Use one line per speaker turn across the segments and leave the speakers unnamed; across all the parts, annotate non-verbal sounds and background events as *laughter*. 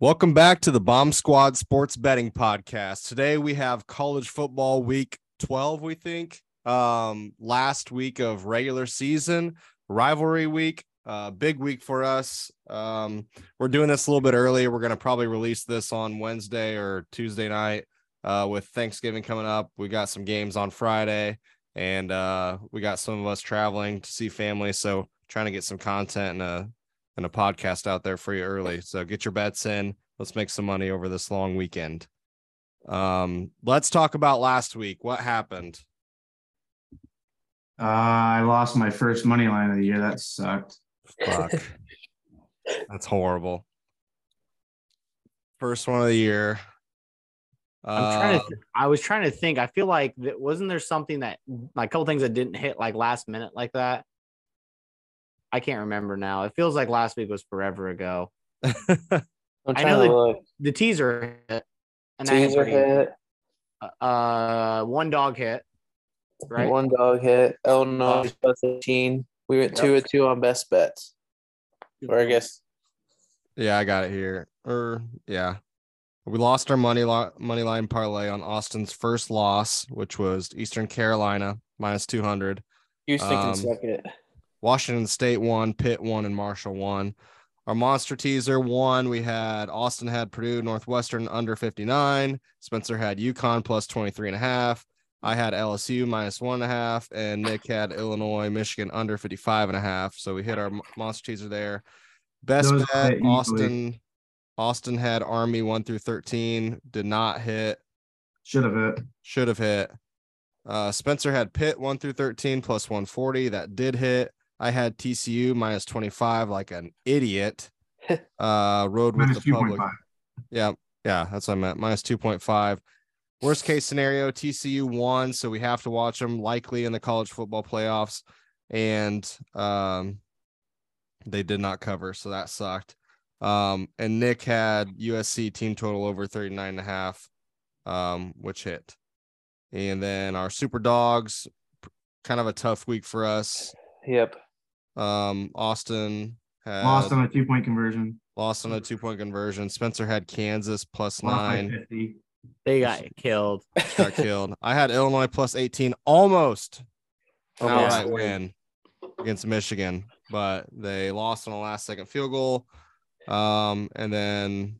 Welcome back to the Bomb Squad Sports Betting Podcast. Today we have college football week 12, we think. Um, last week of regular season, rivalry week, uh, big week for us. Um, we're doing this a little bit early. We're going to probably release this on Wednesday or Tuesday night uh, with Thanksgiving coming up. We got some games on Friday and uh, we got some of us traveling to see family. So trying to get some content and a and a podcast out there for you early. So get your bets in. Let's make some money over this long weekend. Um, let's talk about last week. What happened?
Uh, I lost my first money line of the year. That sucked.
*laughs*
Fuck. That's horrible. First one of the year.
I'm trying to.
Um,
Uh,
Th- I was trying to think. I feel like that wasn't there something that like a couple things that didn't hit like last minute like that. I can't remember now. It feels like last week was forever ago.
I'm
I
trying to
know that-
look.
The teaser hit, and I had
Teaser
three.
hit,
Uh, one dog hit. Right.
one dog hit. Oh no, plus eighteen. We went two and two on best bets. Or I guess
yeah, I got it here. Or yeah, we lost our money lo- money line parlay on Austin's first loss, which was Eastern Carolina minus two hundred.
Houston
Um,
can suck it.
Washington State won, Pitt won, and Marshall won. Our monster teaser won. We had Austin had Purdue Northwestern under 59. Spencer had UConn plus 23 and a half. I had LSU minus one and a half, and Nick had Illinois, Michigan under 55 and a half. So we hit our mo- monster teaser there. Best
Those hit
bet,
easily.
Austin. Austin had Army one through 13, did not hit
Should have uh, it.
should have hit. Uh, Spencer had Pitt 1 through 13 plus 140. That did hit. I had TCU minus 25 like an idiot. Uh, rode with
Minus
the
two point
public.
five.
Yeah. Yeah. That's what I meant. Minus 2.5. Worst case scenario, TCU won. So we have to watch them likely in the college football playoffs. And um, they did not cover. So that sucked. Um, and Nick had USC team total over 39 and a half, um, which hit. And then our super dogs, p- kind of a tough week for us.
Yep.
Um, Austin had
Lost on a two point conversion.
lost on a two point conversion. Spencer had Kansas plus
Lost by
nine.
50.
They got killed.
*laughs*
got killed. I had Illinois plus 18 almost an
Almost.
outright win against Michigan, but they lost on a last second field goal. Um, and then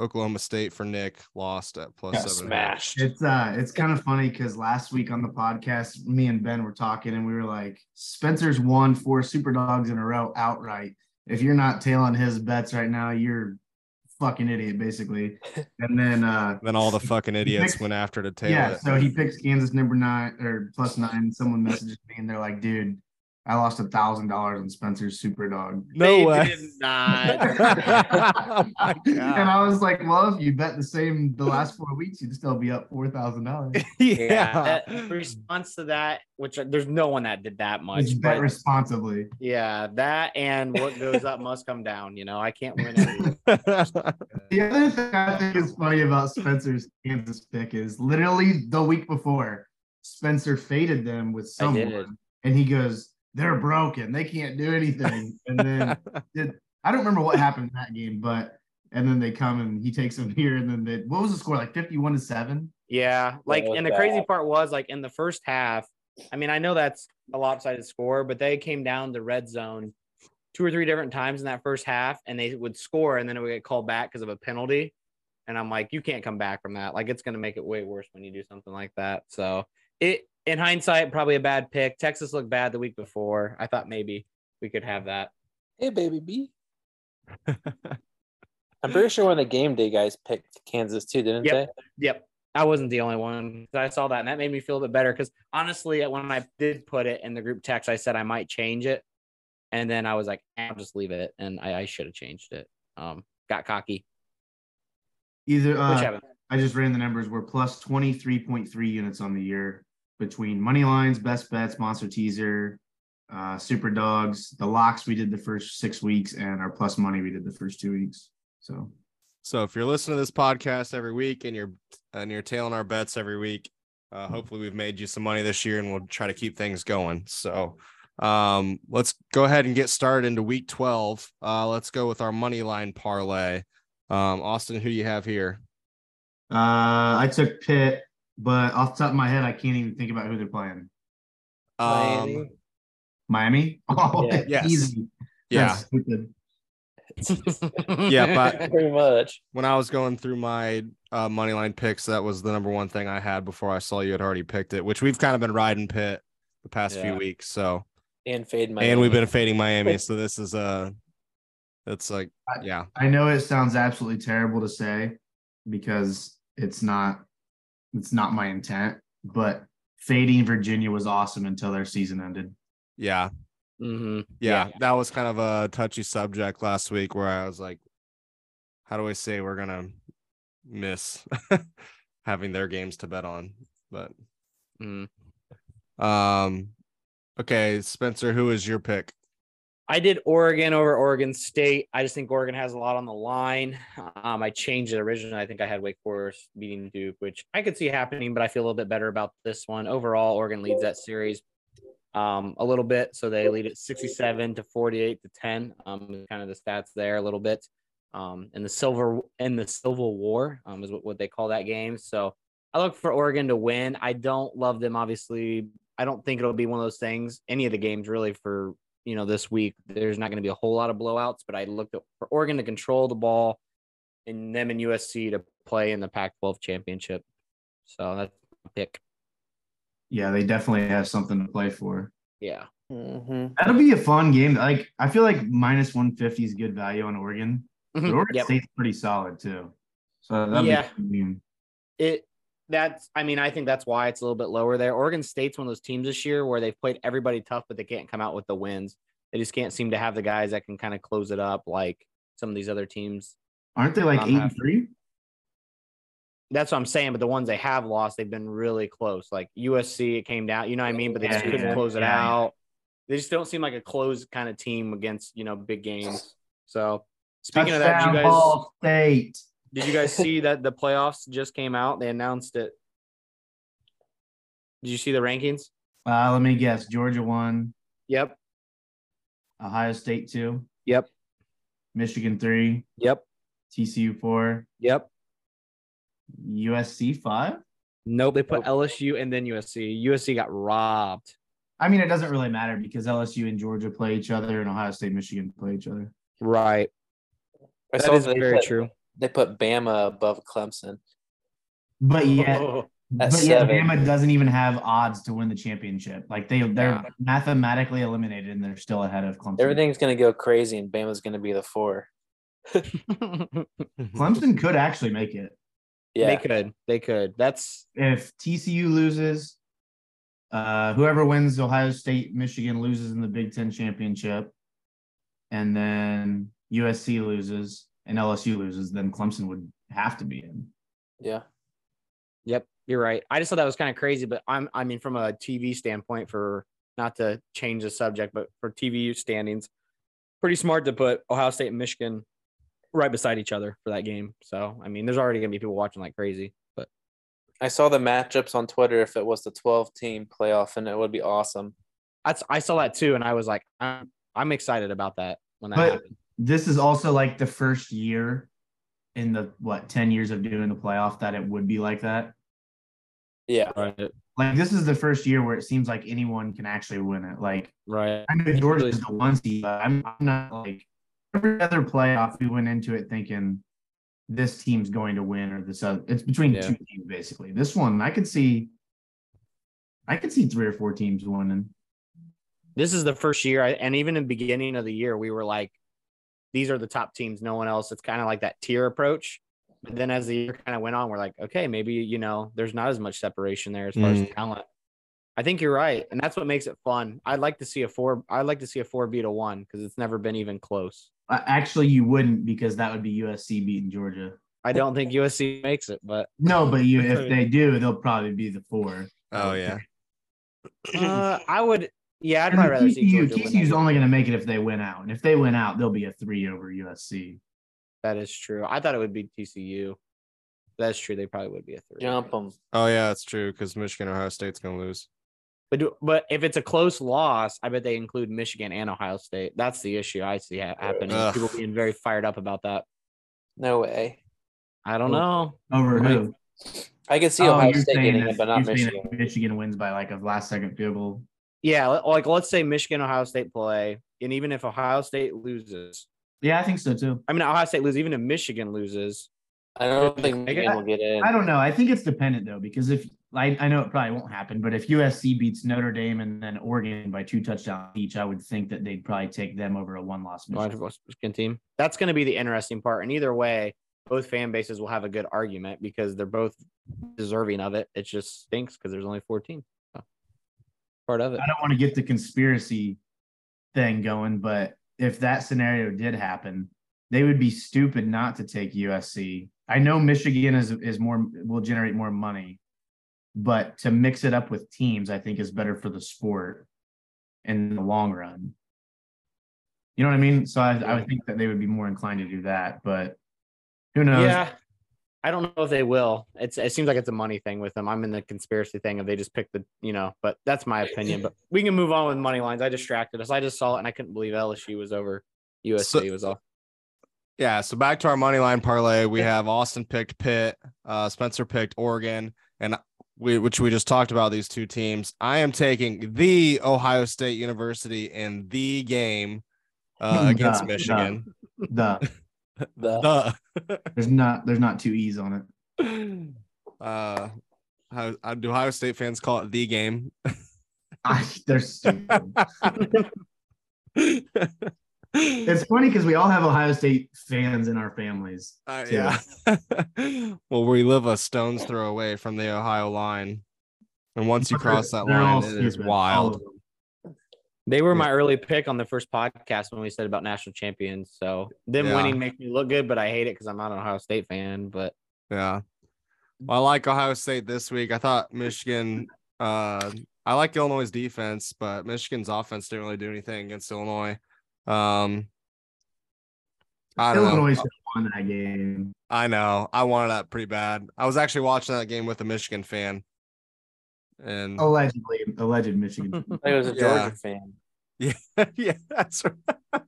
Oklahoma State for Nick lost at plus
Got
seven. and a half.
smashed.
It's uh, it's kind of funny because last week on the podcast, me and Ben were talking, and we were like, Spencer's won four super dogs in a row outright. If you're not tailing his bets right now, you're fucking
*laughs*
idiot, basically. And then uh,
Then all the
*laughs*
fucking idiots
Nick-
went after to tail
yeah,
it.
so he picks Kansas number nine or plus nine. Someone messages me, and they're like, dude. I lost a thousand dollars on Spencer's super dog.
no
They
way.
Did
*laughs*
*laughs*
not.
Oh my
And
God.
I was like, well, if you bet the same the last four weeks, you'd still be up four thousand
*laughs*
dollars.
*laughs* yeah.
That- in response to that, which uh, there's no one that did that much.
Just bet
but-
responsibly.
yeah, that and what goes up must come down. You know, I can't win. everything.
The other thing I think is funny about Spencer's Kansas pick is literally the week before, Spencer faded them with
I did.
someone, and he goes, "They're broken. They can't do anything." And
*laughs*
then did, I don't remember what happened in that game, but and then they come and he takes them here, and then they, what was the score like fifty-one to seven?
Yeah, like,
was
and the crazy
bad.
part was like in the first half. I mean, I know that's a lopsided score, but they came down the red zone two or three different times in that first half, and they would score, and then it would get called back because of a penalty. And I'm like, you can't come back from that. Like, it's going to make it way worse when you do something like that. So, it in hindsight, probably a bad pick. Texas looked bad the week before. I thought maybe we could have that.
Hey baby B. I'm pretty sure when the game day guys picked Kansas too, didn't
Yep. Yep. I wasn't the only one. I saw that and that made me feel a bit better because honestly, uh, when I did put it in the group text, I said I might change it. And then I was like, "Eh, I'll just leave it. And I, I should have changed it. Um, got cocky.
Either
Which
uh,
happens.
I just ran the numbers. We're plus 23.3 units on the year between money lines, best bets, monster teaser, uh, super dogs, the locks we did the first six weeks, and our plus money we did the first two weeks. So
So if you're listening to this podcast every week and you're and you're tailing our bets every week, uh, hopefully we've made you some money this year and we'll try to keep things going. So um, let's go ahead and get started into week 12. Uh, let's go with our money line parlay. Um, Austin, who you have here?
Uh, I took Pitt, but off the top of my head, I can't even think about who they're playing.
Um,
Miami. *laughs* Oh,
Yeah.
Yes.
easy.
yeah,
That's stupid.
*laughs* Yeah, but-
*laughs*
*laughs*
Pretty much.
when I was going through my uh, money line picks, that was the number one thing I had before I saw you had already picked it, which we've kind of been riding Pitt the past few
Yeah.
weeks. So,
And fade my.
and we've been fading Miami. So this is uh it's like yeah,
I know it sounds absolutely terrible to say because it's not it's not my intent, but fading Virginia was awesome until their season ended.
yeah,
hmm
yeah,
Yeah.
That was kind of a touchy subject last week where I was like, how do I say we're gonna miss *laughs* having their games to bet on? But
Mm-hmm.
um, okay, Spencer, who is your pick?
I did Oregon over Oregon State. I just think Oregon has a lot on the line. Um, I changed it originally. I think I had Wake Forest beating Duke, which I could see happening, but I feel a little bit better about this one. Overall, Oregon leads that series um, a little bit. So they lead it 67 to 48 to 10. Um, kind of the stats there a little bit. Um, and the silver and the Civil War um, is what, what they call that game. So I look for Oregon to win. I don't love them, obviously. I don't think it'll be one of those things, any of the games really for you know this week there's not going to be a whole lot of blowouts but i looked at for oregon to control the ball and them and usc to play in the pac 12 championship so that's my pick
Yeah, they definitely have something to play for.
yeah *laughs*
hmm
That'll be a fun game. Like I feel like minus one fifty is good value on Oregon. But Oregon
Hmm, Yep.
State's pretty solid too. So that'll be
Yeah.
a fun game.
it that's i mean i think that's why it's a little bit lower there oregon state's one of those teams this year where they've played everybody tough but they can't come out with the wins they just can't seem to have the guys that can kind of close it up like some of these other teams
Aren't they like
I'm
eight
happy.
and three?
that's what I'm saying. But the ones they have lost, they've been really close. Like USC, it came down. You know what I mean? But they just
Yeah,
couldn't
yeah,
close it
yeah, yeah.
out. They just don't seem like a closed kind of team against you know big games. So speaking of that, did
Touchdown,
you guys
Ball State.
did you guys see that the playoffs just came out? They announced it. Did you see the rankings?
Uh, let me guess. Georgia one,
Yep.
Ohio State two,
Yep.
Michigan three,
Yep.
TCU four,
Yep.
USC five.
Nope. They put LSU and then USC. USC got robbed.
I mean, it doesn't really matter because LSU and Georgia play each other, and Ohio State, Michigan play each other.
Right.
I
That
saw
is
they
very
put,
true.
They put Bama above Clemson.
But yet,
Oh, That's
but yet,
seven.
Bama doesn't even have odds to win the championship. Like they, they're
Yeah.
mathematically eliminated, and they're still ahead of Clemson.
Everything's gonna go crazy, and Bama's gonna be the four.
Clemson could actually make it
They
Yeah,
could. They could. That's
if TCU loses. Uh, whoever wins Ohio State, Michigan loses in the Big Ten championship, and then USC loses and LSU loses, then Clemson would have to be in.
yeah.
Yep, you're right. I just thought that was kind of crazy, but I'm I mean from a TV standpoint for not to change the subject, but for TV standings, pretty smart to put Ohio State and Michigan right beside each other for that game. So, I mean, there's already going to be people watching like crazy, but
I saw the matchups on Twitter. If it was the 12 team playoff, and it would be awesome.
that's I saw that too and I was like I'm I'm excited about that when that
But-
happened.
This is also like the first year in the what 10 years of doing the playoff that it would be like that.
Yeah,
Right.
Like this is the first year where it seems like anyone can actually win it. Like
Right.
I know Georgia is the one seed, but I'm, I'm not like every other playoff. We went into it thinking this team's going to win, or this other. It's between
Yeah.
two teams basically. This one, I could see, I could see three or four teams winning.
This is the first year I, and even in the beginning of the year we were like these are the top teams, no one else. It's kind of like that tier approach. But then as the year kind of went on, we're like, okay, maybe you know, there's not as much separation there as far as talent. I think you're right, and that's what makes it fun. I'd like to see a four. I'd like to see a four beat a one because it's never been even close.
Uh, Actually, you wouldn't because that would be USC beating Georgia.
I don't think USC makes it, but
No, but you if they do, they'll probably be the four.
oh yeah.
uh, I would. Yeah, I'd
And
probably rather see
TCU,
Georgia. win that
TCU's
game.
only going to make it if they win out, and if they win out, they'll be a three over USC.
That is true. I thought it would be TCU. That's true. They probably would be a three.
jump them.
Oh yeah, that's true because Michigan Ohio State's gonna lose.
But do, but if it's a close loss, I bet they include Michigan and Ohio State. That's the issue I see ha- happening.
Ugh.
People being very fired up about that.
No way.
I don't know.
Over
Right.
who?
I can see
Oh,
Ohio
you're
State
saying
getting
if-
it, but not
you're saying
Michigan.
if Michigan wins by like a last second field goal.
Yeah, li- like let's say Michigan Ohio State play, and even if Ohio State loses,
Yeah, I think so too.
I mean Ohio State loses, even if Michigan loses,
I don't think Michigan
I-
will get in.
I don't know. I think it's dependent though, because if I, I know it probably won't happen, but if USC beats Notre Dame and then Oregon by two touchdowns each, I would think that they'd probably take them over a one loss Michigan.
Michigan team. That's going to be the interesting part. And either way, both fan bases will have a good argument because they're both deserving of it. It just stinks because there's only four teams. So, part of it.
I don't want to get the conspiracy thing going, but if that scenario did happen, they would be stupid not to take USC. I know Michigan is is more will generate more money, but to mix it up with teams, I think is better for the sport in the long run. You know what I mean? So I, I would think that they would be more inclined to do that, but who knows?
Yeah. I don't know if they will. It's it seems like it's a money thing with them. I'm in the conspiracy thing of they just picked the you know, but that's my opinion. But we can move on with money lines. I distracted us. I just saw it and I couldn't believe LSU was over. USC was off.
Yeah, so back to our money line parlay. We have Austin picked Pitt, uh, Spencer picked Oregon, and we, which we just talked about these two teams. I am taking the Ohio State University in the game
*laughs*
uh, against
Duh, duh.
Michigan.
Duh.
The-
Duh.
There's not there's not two E's on it.
Uh, how, uh, do Ohio State fans call it the game?
I, they're stupid.
*laughs*
It's funny because we all have Ohio State fans in our families.
Uh,
too.
yeah. *laughs* well, we live a stone's throw away from the Ohio line, and once you
But they're-
cross that
they're all
line, it is
stupid, all
wild.
of them.
They were my early pick on the first podcast when we said about national champions. So them
Yeah.
winning makes me look good, but I hate it because I'm not an Ohio State fan. But
Yeah.
Mm.
Well, I like Ohio State this week. I thought Michigan, uh, I like Illinois' defense, but Michigan's offense didn't really do anything against Illinois. Um, I don't
Illinois
know.
should have won that game.
I know. I wanted that pretty bad. I was actually watching that game with a Michigan fan. And
Oh.
Allegedly,
*laughs*
alleged Michigan.
I think it was a
Yeah.
Georgia fan.
*laughs* yeah, that's right.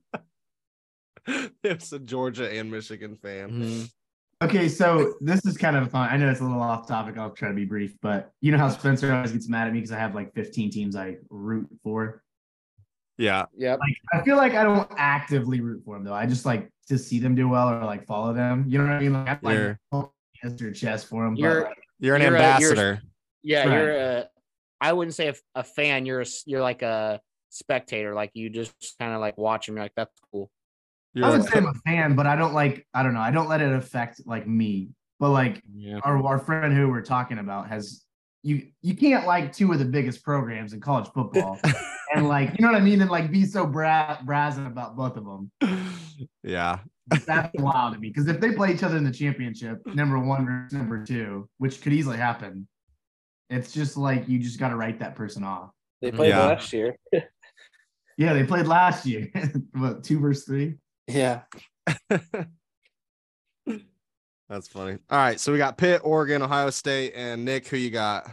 *laughs* it's a Georgia and Michigan fan.
Mm-hmm.
okay, so this is kind of fun. I know it's a little off topic. I'll try to be brief, but you know how Spencer always gets mad at me because I have like 15 teams I root for.
Yeah.
Yep.
Like I feel like I don't actively root for them though. I just like to see them do well or like follow them. You know what I mean? Like I'm like
You're
oh, yes or chest for them.
You're-
but like,
you're an
You're a- you're-
ambassador.
yeah,
Right.
you're a. I wouldn't say a, a fan. You're a, s- you're like a spectator. Like you just kind of like watch them. You're like that's cool.
You're,
I
a-
would say I'm a fan, but I don't like. I don't know. I don't let it affect like me. But like
Yeah.
our, our friend who we're talking about has you you can't like two of the biggest programs in college football and like you know what I mean and like be so bra- brazen about both of them.
*laughs* yeah.
That's wild to me because if they play each other in the championship, number one versus number two, which could easily happen, it's just like you just got to write that person off.
They played
Yeah.
last year. *laughs*
Yeah, they played last year, *laughs* what two versus three?
Yeah.
That's funny. All right, so we got Pitt, Oregon, Ohio State, and Nick. Who you got?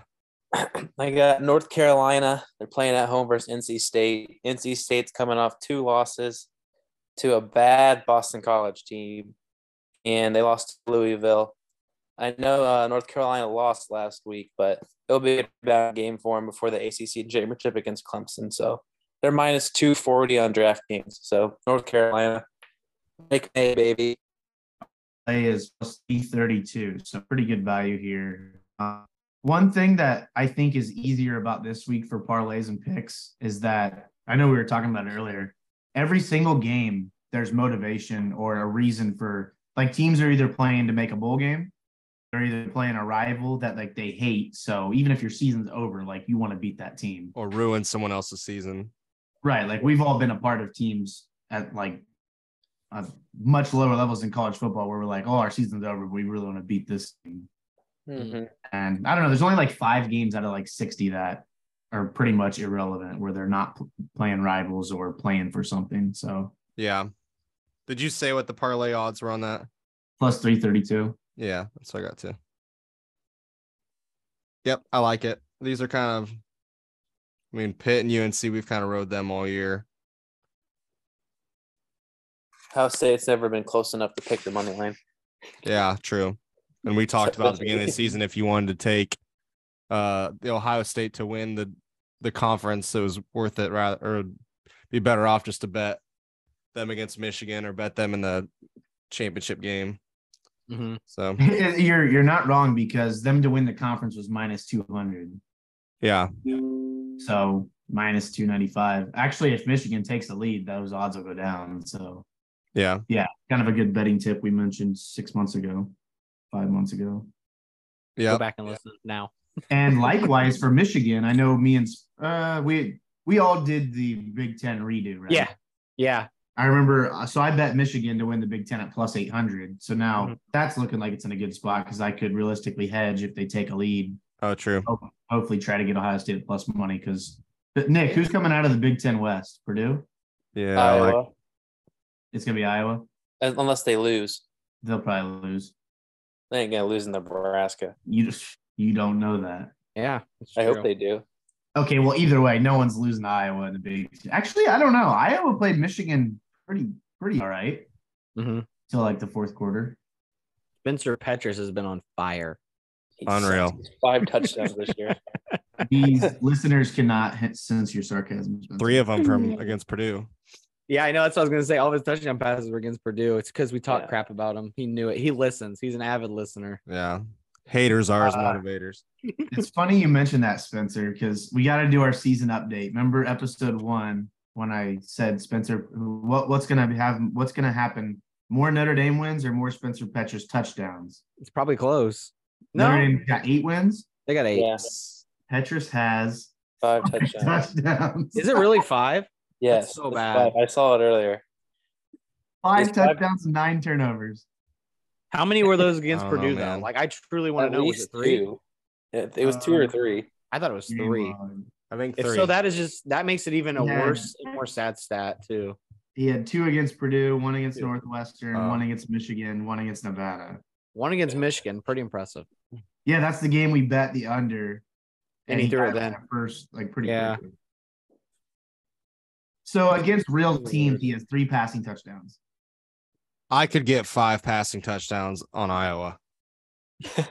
*clears throat* I got North Carolina. They're playing at home versus NC State. NC State's coming off two losses to a bad Boston College team, and they lost to Louisville. I know uh, North Carolina lost last week, but it'll be a bad game for them before the ACC championship against Clemson. So they're minus 240 on DraftKings. So North Carolina, make a baby.
play is plus 332 so pretty good value here Uh, one thing that i think is easier about this week for parlays and picks is that i know we were talking about it earlier every single game there's motivation or a reason for like teams are either playing to make a bowl game they're either playing a rival that like they hate so even if your season's over like you want to beat that team
Or ruin someone else's season?
Right. Like we've all been a part of teams at like uh, much lower levels in college football where we're like, oh, our season's over. But we really want to beat this team.
Hmm.
Mhm.
And I don't know. There's only like five games out of like 60 that are pretty much irrelevant where they're not p- playing rivals or playing for something. So
Yeah. Did you say what the parlay odds were on that?
plus 332.
Yeah, that's what I got too. Yep, I like it. These are kind of, I mean, Pitt and UNC. We've kind of rode them all year.
Ohio State's never been close enough to pick the money line.
Yeah, true. And we talked about at the beginning of the season if you wanted to take uh the Ohio State to win the the conference, it was worth it rather or be better off just to bet them against Michigan or bet them in the championship game.
Mhm.
So
*laughs* you're you're not wrong because them to win the conference was minus two hundred.
yeah,
So minus two ninety five. Actually, if Michigan takes the lead, those odds will go down. So
yeah.
kind of a good betting tip we mentioned six months ago, five months ago.
Yeah.
Go back and listen now.
And likewise for Michigan, I know me and uh, we we all did the Big Ten redo, right?
Yeah. Yeah.
I remember. uh, So I bet Michigan to win the Big Ten at plus eight hundred. So now
Mhm.
that's looking like it's in a good spot because I could realistically hedge if they take a lead.
Oh, true.
Hopefully, try to get Ohio State at plus money because Nick, who's coming out of the Big Ten West? Purdue.
Yeah. I
Iowa,
like-
It's gonna be Iowa.
un- unless they lose.
They'll probably lose.
They ain't gonna lose in Nebraska.
You just you don't know that.
Yeah. it's
I hope
true.
they do.
Okay, well, either way, no one's losing to Iowa in the Big. Actually, I don't know. Iowa played Michigan pretty pretty all right
Mhm.
till like the fourth quarter.
Spencer Petrus has been on fire.
He
Unreal.
sucks. Five touchdowns this
*laughs*
year.
*laughs*
These listeners cannot hit- sense your sarcasm. Spencer.
three of them from against Purdue.
Yeah, I know. That's what I was gonna say. All of his touchdown passes were against Purdue. It's because we talked
Yeah.
crap about him. He knew it. He listens. He's an avid listener.
Yeah. Haters are as
Uh,
motivators.
It's funny you mentioned that, Spencer, because we got to do our season update. Remember episode one when I said Spencer, what what's gonna have what's gonna happen? More Notre Dame wins or more Spencer Petrus touchdowns?
It's probably close.
Notre
No,
Dame got eight wins.
they got eight.
Yes.
Petrus has
Five
*laughs*
touchdowns. *laughs*
touchdowns.
Is it really five?
Yes.
so
it's five.
bad.
I saw it earlier.
Five
It's five-
touchdowns and nine turnovers.
How many were those against
I don't know,
Purdue though?
man.
Like I truly want
At
to know. Was
least
it three? Uh,
two. It, it was two or
Um,
*laughs*
three.
I thought it was three.
Game on.
I think
If
three.
so, that is just that makes it even a
Yeah.
worse and more sad stat too.
He had two against Purdue, one against
Two.
Northwestern,
Oh.
one against Michigan, one against Nevada.
One against Michigan, pretty impressive.
Yeah, that's the game we bet the under.
And he threw
got
it then.
at first, like pretty
Yeah.
quickly. So against real teams, he has three passing touchdowns.
I could get five passing touchdowns on Iowa.
I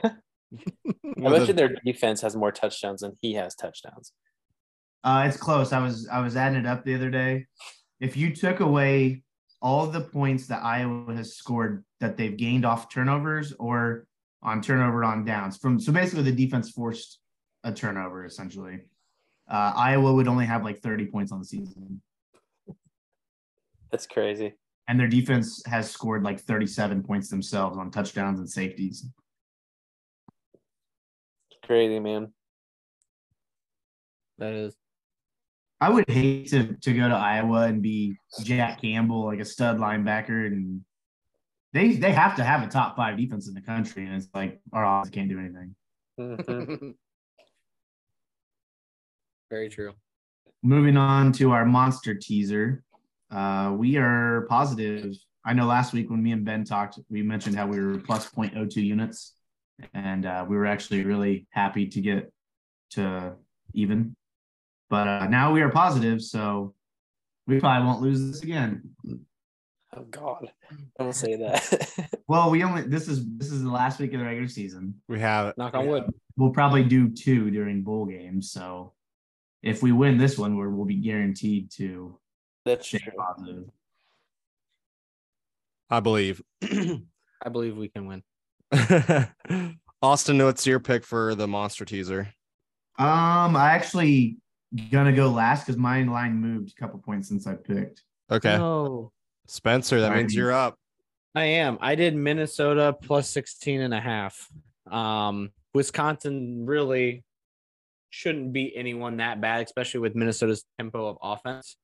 With
bet
a-
you their defense has more touchdowns than he has touchdowns.
Uh, it's close. I was I was adding it up the other day. If you took away all the points that Iowa has scored that they've gained off turnovers or on turnover on downs from so basically the defense forced a turnover essentially. Uh, Iowa would only have like 30 points on the season,
That's crazy.
and their defense has scored like 37 points themselves on touchdowns and safeties.
Crazy, man.
That is
I would hate to to go to Iowa and be Jack Campbell, like a stud linebacker, and they they have to have a top five defense in the country, and it's like our offense can't do anything.
Mhm.
*laughs* very true.
Moving on to our monster teaser, uh, we are positive. I know last week when me and Ben talked, we mentioned how we were plus 0.02 units, and uh, we were actually really happy to get to even. But uh, now we are positive, so we probably won't lose this again.
Oh God, don't say that. *laughs*
Well, we only this is this is the last week of the regular season.
we have it.
Knock on wood.
We'll probably do two during bowl games. So if we win this one, we're, we'll be guaranteed to
That's
stay
true.
positive.
I believe.
*clears throat* I believe we can win.
*laughs* Austin, what's your pick for the monster teaser?
Um, I actually gonna go last because my line moved a couple points since I picked.
Okay.
No.
Spencer, that means
Alrighty.
you're up.
I am. I did Minnesota plus 16 and a half. Um, Wisconsin really shouldn't beat anyone that bad, especially with Minnesota's tempo of offense.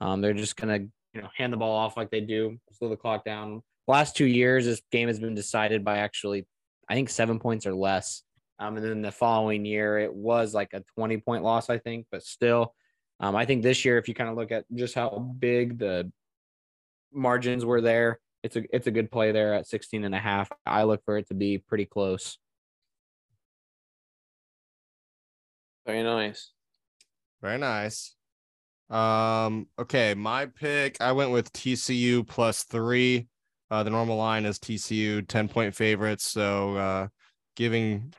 Um, they're just gonna, you know, hand the ball off like they do, slow the clock down. Last two years, this game has been decided by actually, I think, seven points or less. Um, and then the following year, it was like a 20 point loss, I think, but still, um, I think this year, if you kind of look at just how big the margins were there, it's a it's a good play there at 16 and a half. I look for it to be pretty close.
Very nice.
Very nice. Um, okay, my pick, I went with TCU plus three. Uh, the normal line is TCU 10 point favorites. So uh, giving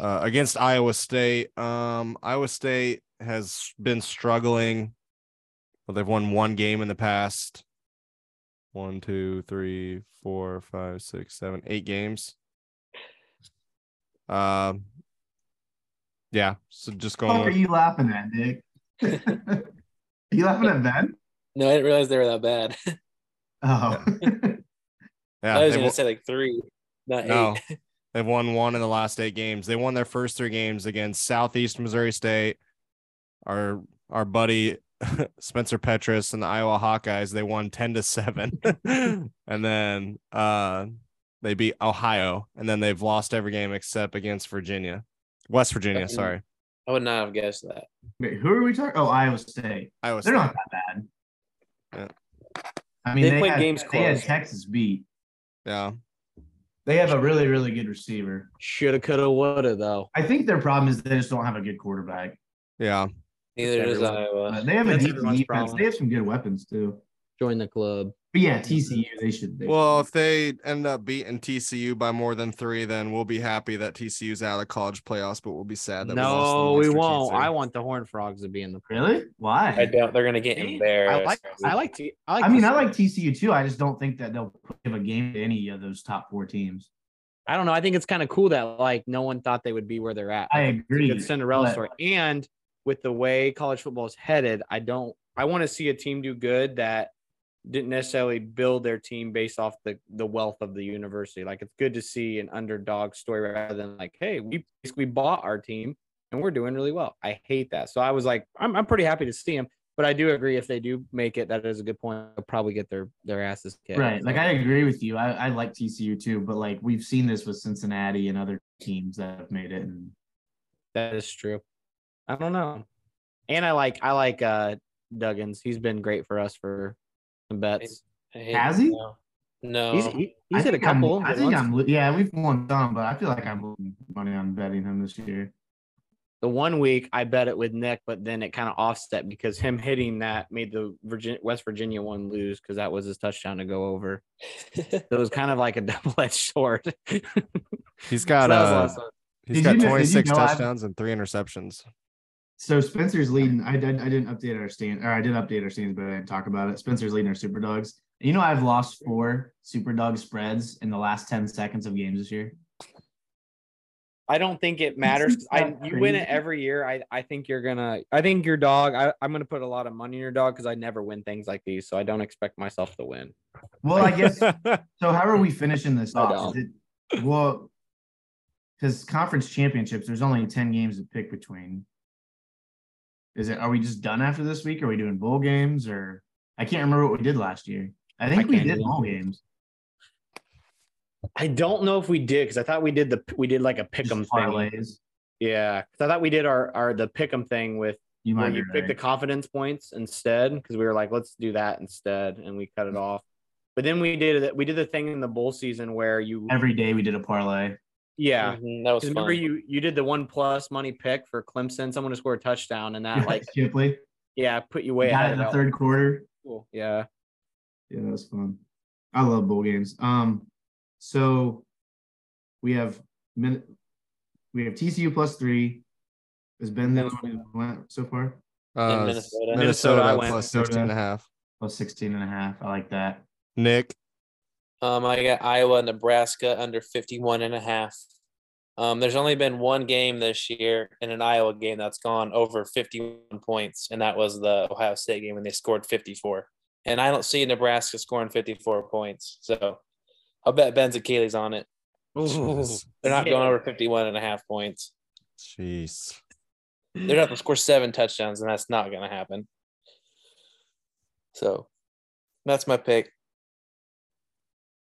uh, against Iowa State. Um, Iowa State has been struggling. Well, they've won one game in the past one, two, three, four, five, six, seven, eight games. Um, yeah. So just
What the fuck are
going.
you laughing at, Nick? are you laughing at Ben?
No, I didn't realize they were that bad. *laughs*
Oh, *laughs*
Yeah,
I
they've
was gonna
won-
say like three, not
No,
eight.
*laughs* they've won one in the last eight games. They won their first three games against Southeast Missouri State. Our our buddy *laughs* Spencer Petrus and the Iowa Hawkeyes. They won ten to
*laughs*
seven, and then uh, they beat Ohio, and then they've lost every game except against Virginia, West Virginia.
Okay.
Sorry,
I would not have guessed that.
wait, who are we talking? Oh, Iowa State.
Iowa.
They're
State.
not that bad. I mean,
They
they,
played
had,
games
they had
close.
Texas beat.
Yeah,
They have a really, really good receiver.
Shoulda, coulda, woulda, though.
I think their problem is they just don't have a good quarterback.
yeah.
Neither does
everyone.
Iowa.
But they have a
That's
decent
everyone's
defense.
problem.
They have some good weapons too.
Join the club.
But yeah, TCU, they should. They
Well, if they end up beating TCU by more than three, then we'll be happy that TCU's out of college playoffs, but we'll be sad that
No,
we, lost
we
to Western
won't.
TCU.
I want the Horned Frogs to be in the
really?
I
Why?
doubt they're gonna get
See?
embarrassed.
I like I like to I like
I mean,
to
I
see
like
it.
TCU too. I just don't think that they'll give a game to any of those top four teams.
I don't know. I think it's kind of cool that like no one thought they would be where they're at.
I
Like, it's a
agree,
Good Cinderella
but-
story. And with the way college football is headed, I don't I want to see a team do good that didn't necessarily build their team based off the the wealth of the university. Like it's good to see an underdog story rather than like, hey, we basically bought our team and we're doing really well. I hate that. So I was like, I'm I'm pretty happy to see them, but I do agree if they do make it, that is a good point. They'll probably get their their asses kicked.
right. Like I agree with you. I, I like TCU too, but like we've seen this with Cincinnati and other teams that have made it. And
That is true. I don't know. And I like I like uh Duggins. He's been great for us for some bets.
Has he?
No. No. *laughs*
He's e-, he, he's
um, I
hit a
think I'm-
couple.
I think I'm. lo- Yeah, we've won some, but I feel like I'm losing money on betting him this year.
the one week I bet it with Nick, but then it kind of offset because him hitting that made the Virgin West Virginia one lose because that was his touchdown to go over. So it was kind of like a *laughs* double edged sword. *laughs* So
He's got
that was the
uh,
last one.
He's
Did
got
you know- did you
26
know I've-
touchdowns and three interceptions.
So Spencer's leading. I did. I didn't update our stand, or I did update our stands, but I didn't talk about it. Spencer's leading our super dogs. You know, I've lost four super dog spreads in the last ten seconds of games this year.
I don't think it matters. 'cause I
that
you win it
crazy?
every year. I I think you're gonna. I think your dog. I I'm gonna put a lot of money in your dog because I never win things like these, so I don't expect myself to win.
Well, I *laughs*
*laughs*
guess. so how are we finishing this
I
off? Is it, well, because conference championships, there's only ten games to pick between. Is it? Are we just done after this week? Are we doing bowl games or? I can't remember what we did last year. I think we
can't
did
either.
bowl games.
I don't know if we did because I thought we did the we did like a
just
pick'em thing.
parlays.
Yeah, 'Cause I thought we did our our the pick'em thing with
You
where
might
you
be
pick the
right.
confidence points instead because we were like let's do that instead and we cut it off. But then we did it. We did the thing in the bowl season where you
Every day we did a parlay.
yeah
Mhm, that was
'Cause
fun.
remember you you did the one plus money pick for Clemson. Someone to score a touchdown and that *laughs* like
Shipley.
yeah put you way
got
ahead
it in
of
the
that.
third quarter.
Cool. Yeah.
Yeah, that was fun. I love bowl games. Um, so we have min- we have TCU plus three. Has been the only one who went so far?
Uh, Minnesota,
In Minnesota.
Minnesota, I went.
plus 16 and a half.
Plus 16 and a half. I like that.
Nick,
Um, I got Iowa, Nebraska under 51 and a half. Um, there's only been one game this year in an Iowa game that's gone over 51 points, and that was the Ohio State game when they scored 54. And I don't see Nebraska scoring 54 points. So I'll bet Ben's Achilles on it. Oh.
Jeez.
*laughs* They're not
Yeah.
going over 51 and a half points.
jeez.
They're going to have to score seven touchdowns, and that's not going to happen. So that's my pick.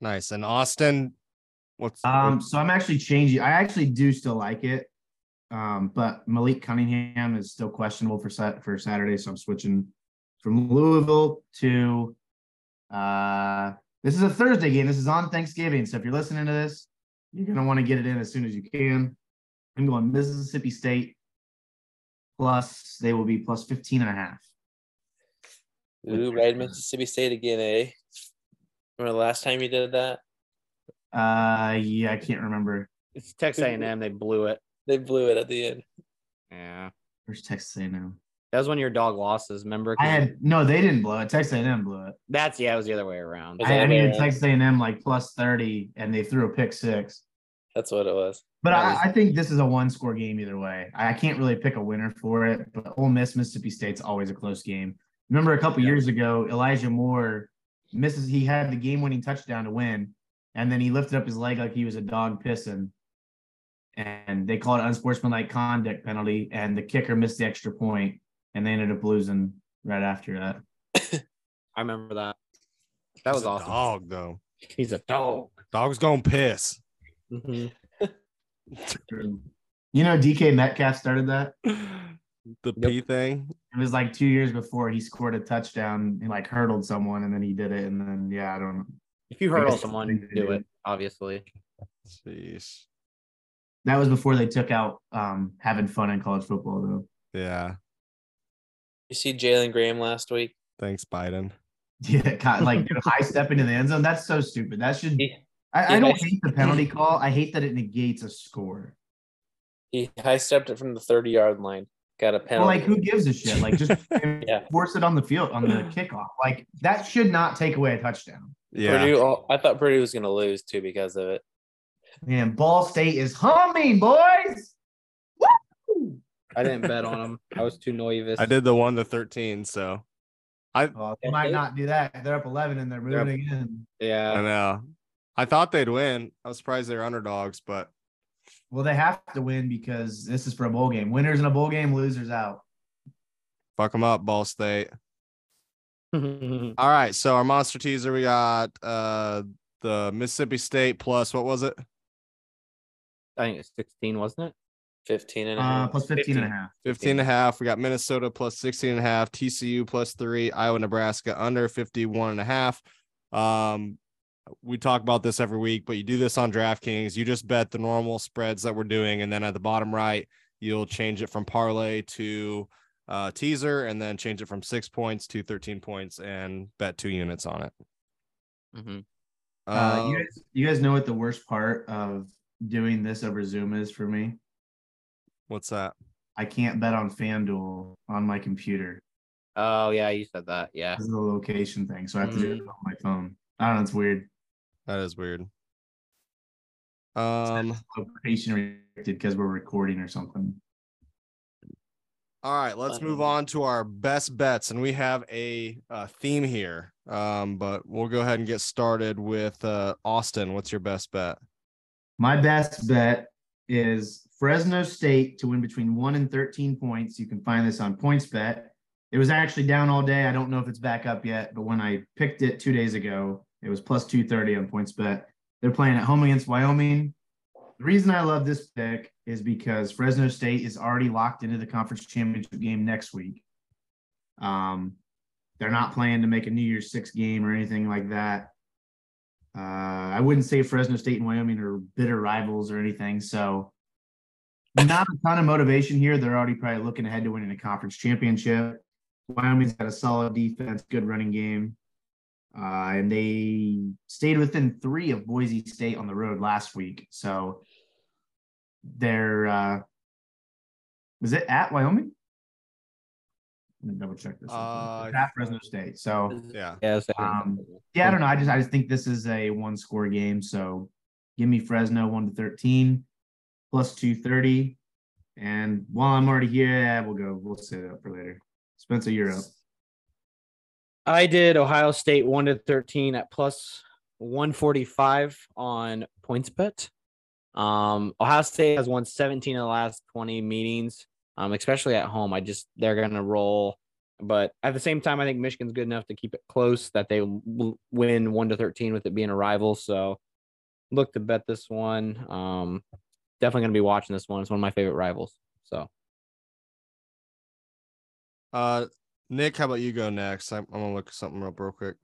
Nice. And Austin, what's
Um, so I'm actually changing. I actually do still like it. Um, but Malik Cunningham is still questionable for sat for Saturday, so I'm switching from Louisville to uh this is a Thursday game. This is on Thanksgiving. So if you're listening to this, you're gonna want to get it in as soon as you can. I'm going Mississippi State plus they will be plus 15 and a half.
Ooh, right, Mississippi State again, eh? Remember the last time you did that?
Uh, yeah, I can't remember.
It's Texas A&M. They blew it.
They blew it at the end.
Yeah,
Where's Texas A&M?
that was one of your dog losses. Remember?
I had no. They didn't blow it. Texas A&M blew it.
That's yeah. It was the other way around.
Was
I, I
that
needed
A&M?
Texas A&M like plus thirty, and they threw a pick six.
That's what it was.
But
That
I,
was-
I think this is a one score game either way. I, I can't really pick a winner for it. But Ole Miss, Mississippi State's always a close game. Remember a couple
Yeah.
years ago, Elijah Moore misses. He had the game winning touchdown to win, and then he lifted up his leg like he was a dog pissing. And they called it unsportsmanlike conduct penalty, and the kicker missed the extra point, and they ended up losing right after that.
I remember that. That was
He's a
awesome.
Dog though.
He's a dog.
Dog's gonna piss.
Mhm.
You know, DK Metcalf started that.
The
Yep.
pee thing.
It was like two years before he scored a touchdown and like hurdled someone, and then he did it. And then yeah, I don't know.
If you hurdle
Biggest
someone,
thing they
do
do.
it. Obviously.
Jeez.
That was before they took out um, having fun in college football, though. *laughs*
Yeah.
You see Jalen Graham last week?
Thanks, Biden.
Yeah, got,
*laughs*
like dude, high step into the end zone. That's so stupid. That should.
He,
I, I
yeah,
don't
I-
hate the penalty call. I hate that it negates a score.
he high stepped it from the 30 yard line. Got a
Well,
penalty.
like who gives a shit? Like just
*laughs* Yeah.
force it on the field on
*sighs*
the kickoff. Like that should not take away a touchdown.
Yeah.
Purdue, all, I thought Purdue was going to lose too because of it.
Man, Ball State is humming, boys. Woo!
I didn't bet on *laughs* him. I was too nervous.
I did the one to 13. So
Well, Oh, they might not do that. They're up eleven and they're
They're up-
moving again.
I
Yeah.
know. uh, I thought they'd win. I was surprised they were underdogs, but
Well, they have to win because this is for a bowl game. Winners in a bowl game, losers out.
fuck them up, Ball State.
Mississippi
All right. So our monster teaser, we got uh the Mississippi State plus what was it?
I think it's 16, wasn't it?
15 and a
Uh,
half.
plus 15 and a
15.
half.
15 and a half. We got Minnesota plus 16 and a half, TCU plus three, Iowa, Nebraska under 51 and a half. Um, we talk about this every week, but you do this on DraftKings. You just bet the normal spreads that we're doing. And then at the bottom right, you'll change it from parlay to uh, teaser and then change it from six points to 13 points and bet two units on it. Um,
Uh,
Uh,
Um,
you, guys, you guys know what the worst part of doing this over Zoom is for me?
what's that?
I can't bet on FanDuel on my computer
Oh, yeah. You said that. Yeah.
because of the location thing. So I have to do
Mm.
it on my phone. I don't know. It's weird.
That is weird. Um,
Location restricted because we're recording or something.
All right, let's move
Um,
on to our best bets, and we have a, uh theme here. Um, but we'll go ahead and get started with uh, Austin. What's your best bet?
My best bet is Fresno State to win between 1 and 13 points. You can find this on Points Bet. It was actually down all day. I don't know if it's back up yet, but when I picked it 2 days ago, it was plus 230 on Points Bet. They're playing at home against Wyoming. The reason I love this pick is because Fresno State is already locked into the conference championship game next week. Um, they're not playing to make a New Year's Six game or anything like that. Uh, I wouldn't say Fresno State and Wyoming are bitter rivals or anything. So, not a ton of motivation here. They're already probably looking ahead to winning a conference championship. Wyoming's got a solid defense, good running game. Uh, and they stayed within three of Boise State on the road last week. So, they're, uh, was it at Wyoming? Let me double check this. real
Uh,
quick. It's at Fresno State. So,
Yeah,
Yeah. it's-
Um, yeah, I don't know. I just I just think this is a one score game. So give me Fresno one to thirteen plus two thirty. And while I'm already here, yeah, we'll go. We'll set it up for later. Spencer, you're up.
I did Ohio State 1 to 13 at plus 145 on points bet. Um, Ohio State has won 17 of the last 20 meetings, um, especially at home. I just, they're going to roll. But at the same time, I think Michigan's good enough to keep it close that they w- win 1 to 13 with it being a rival. So look to bet this one. Um, definitely going to be watching this one. It's one of my favorite rivals. So
Uh, Nick, how about you go next? I'm, I'm gonna look something up real quick.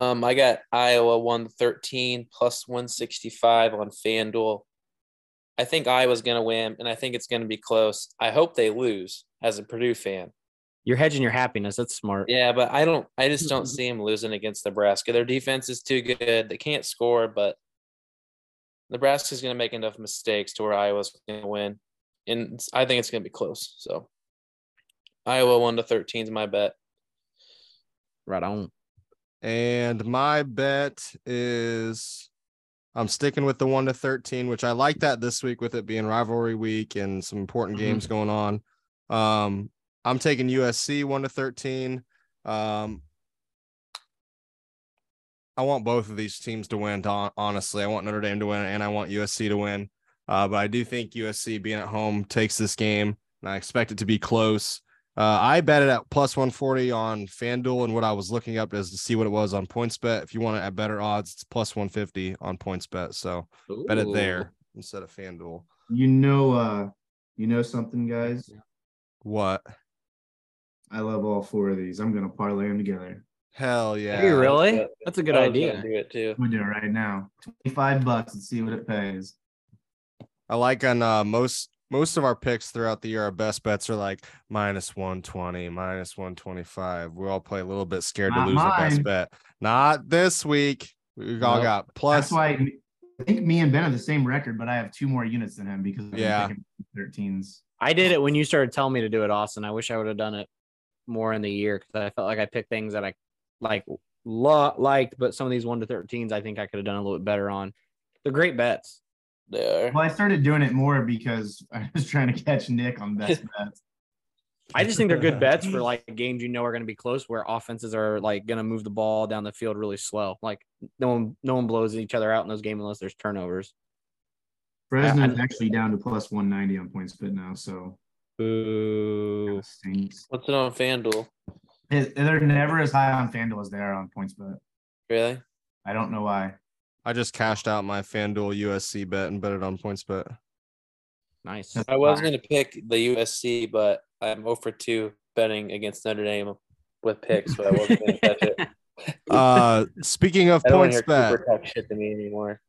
Um, I got Iowa 113 plus 165 on FanDuel. I think Iowa's going to win, and I think it's going to be close. I hope they lose as a Purdue fan.
You're hedging your happiness. That's smart.
Yeah, but I don't. I just *laughs* don't see him losing against Nebraska. Their defense is too good. They can't score, but Nebraska's going to make enough mistakes to where Iowa's going to win, and it's- I think it's going to be close. So Iowa one to thirteen is my bet.
Right on.
And my bet is I'm sticking with the one to 13, which I like that this week with it being rivalry week and some important
Mhm.
games going on. Um, I'm taking USC one to 13. Um, I want both of these teams to win, hon- honestly. I want Notre Dame to win and I want USC to win. Uh, but I do think USC being at home takes this game, and I expect it to be close. Uh, I bet it at plus 140 on FanDuel, and what I was looking up is to see what it was on PointsBet. If you want it at better odds, it's plus 150 on PointsBet. So bet it there instead of FanDuel.
You know, uh, you know something, guys.
What?
I love all four of these. I'm gonna parlay them together.
Hell yeah.
Hey, really?
but-
That's a good
I was
idea.
gonna Do it too.
We do it right now. Twenty-five bucks and see what it pays.
I like on uh, most most of our picks throughout the year, our best bets are like minus 120, minus 125. We all play a little bit scared to
Not
lose the best
mine.
bet. Not this week. We all
Nope.
got plus.
That's why I think me and Ben have the same record, but I have two more units than him because I'm
Yeah.
picking 13s.
I did it when you started telling me to do it, Austin. I wish I would have done it more in the year because I felt like I picked things that I like lo- liked, but some of these one to thirteens I think I could have done a little bit better on. They're great bets.
There.
Well, I started doing it more because *laughs* I was trying to catch Nick on best bets.
I just think they're good bets for like games you know are going to be close, where offenses are like going to move the ball down the field really slow. Like no one, no one blows each other out in those games unless there's turnovers.
Fresno's
I-
actually down to plus 190 on points fit now, so
Ooh,
stinks.
What's it on FanDuel?
It- They're never as high on FanDuel as they are on points bet.
Really?
I don't know why.
I just cashed out my FanDuel USC bet and bet it on PointsBet.
nice.
I was going to pick the USC, but I'm over two betting against Notre Dame with picks, so I wasn't *laughs* going to touch it.
Uh, speaking of
*laughs* I don't want to
points
hear
bet,
Cooper talk shit to me anymore.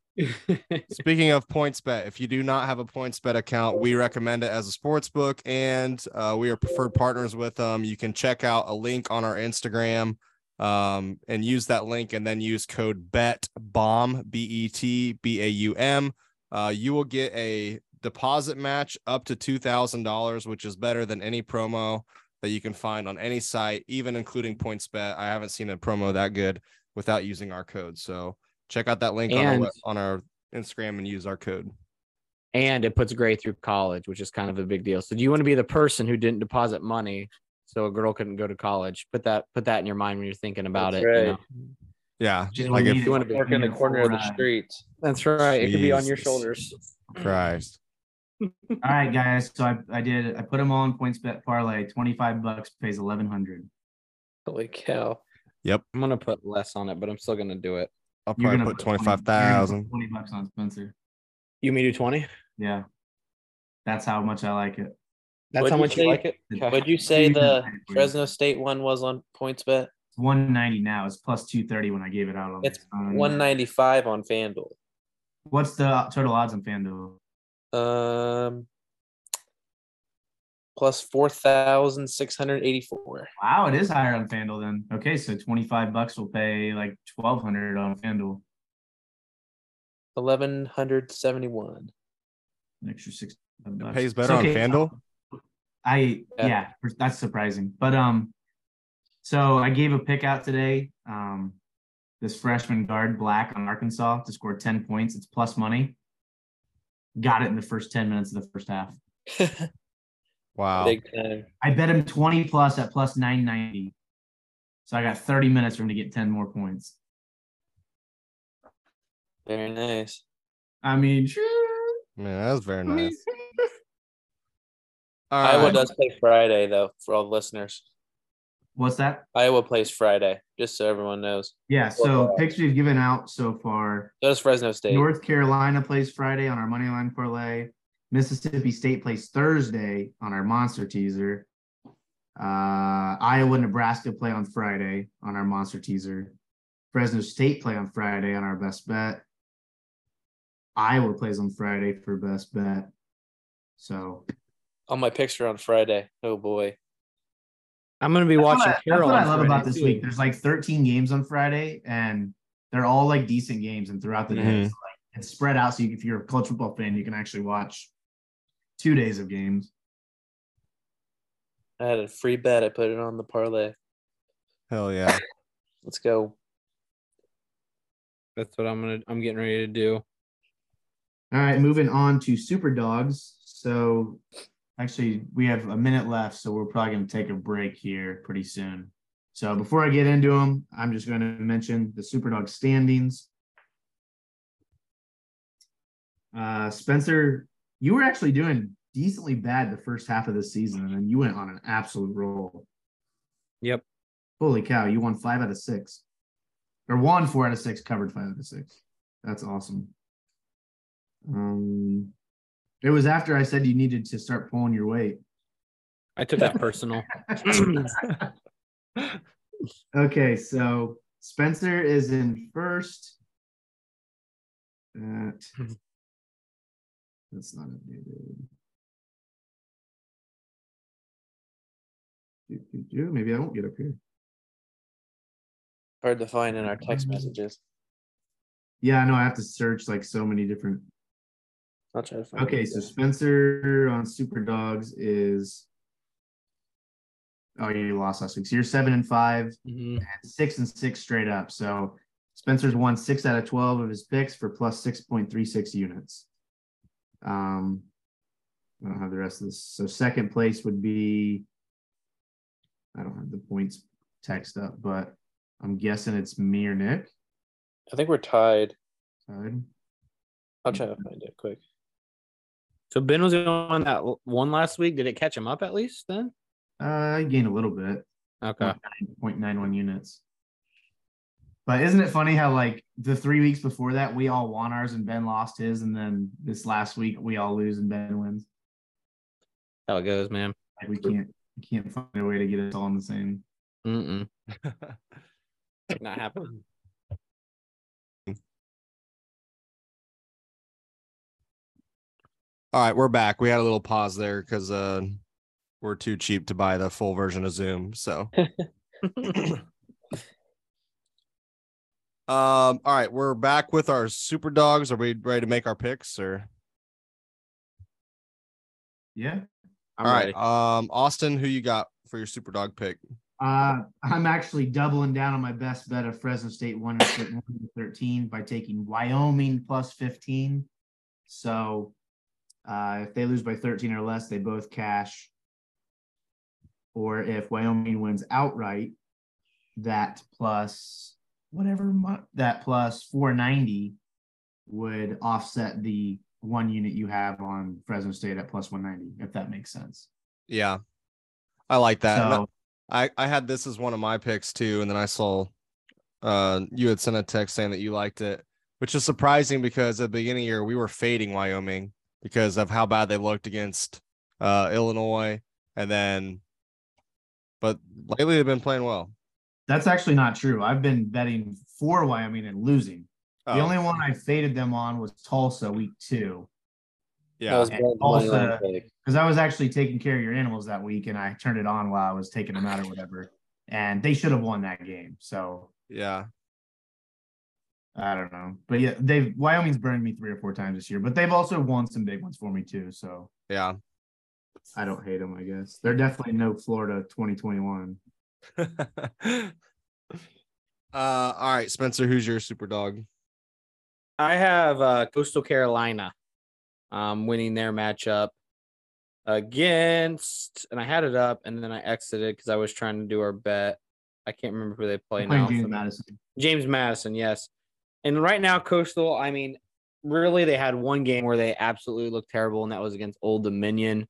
Speaking of points bet, if you do not have a points bet account, we recommend it as a sports book and uh, we are preferred partners with them. You can check out a link on our Instagram um, and use that link and then use code bet bomb B E T B A U M. Uh, you will get a deposit match up to $2,000, which is better than any promo that you can find on any site, even including points bet. I haven't seen a promo that good without using our code. So check out that link on our,
And-
we- on our Instagram and use our code.
and it puts Gray through college, which is kind of a big deal. So, do you want to be the person who didn't deposit money so a girl couldn't go to college? Put that put that in your mind when you're thinking about
That's
it. you
right.
know?
Yeah,
Just
like
need
if
it.
wanna be-
Work in the corner of the
Right.
street.
That's right. It could be on your
Jesus.
shoulders.
Christ.
All right, guys. So I, I did. I put them all in points bet parlay. 25 bucks pays 1100.
Holy cow.
I'm gonna put less on it, but I'm still gonna do it.
I'll probably put
20
twenty-five
you're
thousand.
gonna put 20 bucks on Spencer.
You mean do 20?
Yeah. That's how much I like it.
That's
What'd
how
you
much you
say?
like it. Okay.
Would you say
Even
the
higher.
Fresno State one was on points bet?
It's 190 now. It's plus 230 when I gave it out on
It's
Mm.
on-
195 on FanDuel.
What's the total odds on FanDuel?
Um, plus 4,684.
Wow, it is higher on FanDuel then. Okay, so 25 bucks will pay like 1200 on FanDuel.
1,171.
An extra six bucks.
Pays better on
It's
Fanduel.
I
Yeah.
yeah, that's surprising. But um, so I gave a pick out today. Um, this freshman guard Black on Arkansas to score ten points. It's plus money. Got it in the first ten minutes of the first half.
Wow.
Big time.
I bet him twenty plus at plus nine ninety. So I got thirty minutes for him to get ten more points.
Very nice.
I mean,
Man, that was very nice. All
Iowa
right.
does play Friday, though, for all the listeners.
what's that?
Iowa plays Friday, just so everyone knows.
Yeah. So picks we've given out so far.
So does Fresno State.
North Carolina plays Friday on our money line parlay. Mississippi State plays Thursday on our monster teaser. Uh, Iowa, Nebraska play on Friday on our monster teaser. Fresno State play on Friday on our best bet. Iowa plays on Friday for best bet. So
All my picks are on Friday. Oh boy.
I'm gonna be
That's what
watching
I-
Carol.
That's what
on
I love
Friday,
about this
too.
week. There's like 13 games on Friday, and they're all like decent games. And throughout the day,
Mhm.
Mm-hmm.
it's, like, it's spread out. So you, if you're a college football fan, you can actually watch two days of games.
I had a free bet. I put it on the parlay.
Hell yeah.
Let's go.
That's what I'm gonna. I'm getting ready to do.
All right, moving on to Super Dogs. So actually, we have a minute left, so we're probably going to take a break here pretty soon. So before I get into them, I'm just going to mention the Super Dog standings. Uh, Spencer, you were actually doing decently bad the first half of the season, and then you went on an absolute roll.
Yep.
Holy cow, you won five out of six, or won four out of six, covered five out of six. That's awesome. Um, it was after I said you needed to start pulling your weight.
I
*laughs*
took that personal.
okay, so Spencer is in first. That that's not updated. Do, do, do. Maybe I won't get up here.
Hard to find in our text
Mm.
messages.
Yeah, I know I have to search like so many different
I'll try to find it.
Okay, so Spencer on Super Dogs is oh you lost last week. So you're seven and five.
Mhm.
six and six straight up. So Spencer's won six out of 12 of his picks for plus 6.36 units. Um, I don't have the rest of this. So second place would be, I don't have the points text up, but I'm guessing it's me or Nick.
I think we're tied.
Tied.
I'll try
Mm-hmm.
to find it quick.
So Ben was the only one that l- one last week. Did it catch him up at least then?
Uh, I gained a little bit.
Okay.
Hmm. 0.91 units. But isn't it funny how like the three weeks before that we all won ours and Ben lost his, and then this last week we all lose and Ben wins.
How it goes, man.
Like we can't we can't find a way to get us all in the same.
Mm-mm. Not happening.
All right, we're back. We had a little pause there because uh, we're too cheap to buy the full version of Zoom.
*laughs*
So, *clears throat* um, Um, all right, we're back with our super dogs. Are we ready to make our picks? Or
Yeah.
I'm
all right,
ready.
um, Austin, who you got for your super dog pick?
Uh, I'm actually doubling down on my best bet of Fresno State one and 13 by taking Wyoming plus 15. So uh, if they lose by 13 or less, they both cash. Or if Wyoming wins outright, that plus whatever mo- that plus 490 would offset the one unit you have on Fresno State at plus 190, if that makes sense.
Yeah, I like that. And
So
I I had this as one of my picks too, and then I saw uh you had sent a text saying that you liked it, which is surprising because at the beginning of the year we were fading Wyoming because of how bad they looked against uh Illinois, and then but lately they've been playing well.
that's actually not true. I've been betting for Wyoming and losing. The
Oh,
only one I faded them on was Tulsa week two
That
yeah,
was Ben's
Also-
money line pick.
because I was actually taking care of your animals that week and I turned it on while I was taking them out or whatever. And they should have won that game. So
yeah,
I don't know. But yeah, they've Wyoming's burned me three or four times this year, but they've also won some big ones for me too. So
yeah.
I don't hate them, I guess. They're definitely no Florida 2021.
uh, all right, Spencer, who's your super dog?
I have uh, Coastal Carolina um, winning their matchup against, and I had it up, and then I exited because I was trying to do our bet. I can't remember who they play
They're
now.
Playing
so-
James Madison.
James Madison, yes. And right now, Coastal, I mean, really, they had one game where they absolutely looked terrible, and that was against Old Dominion.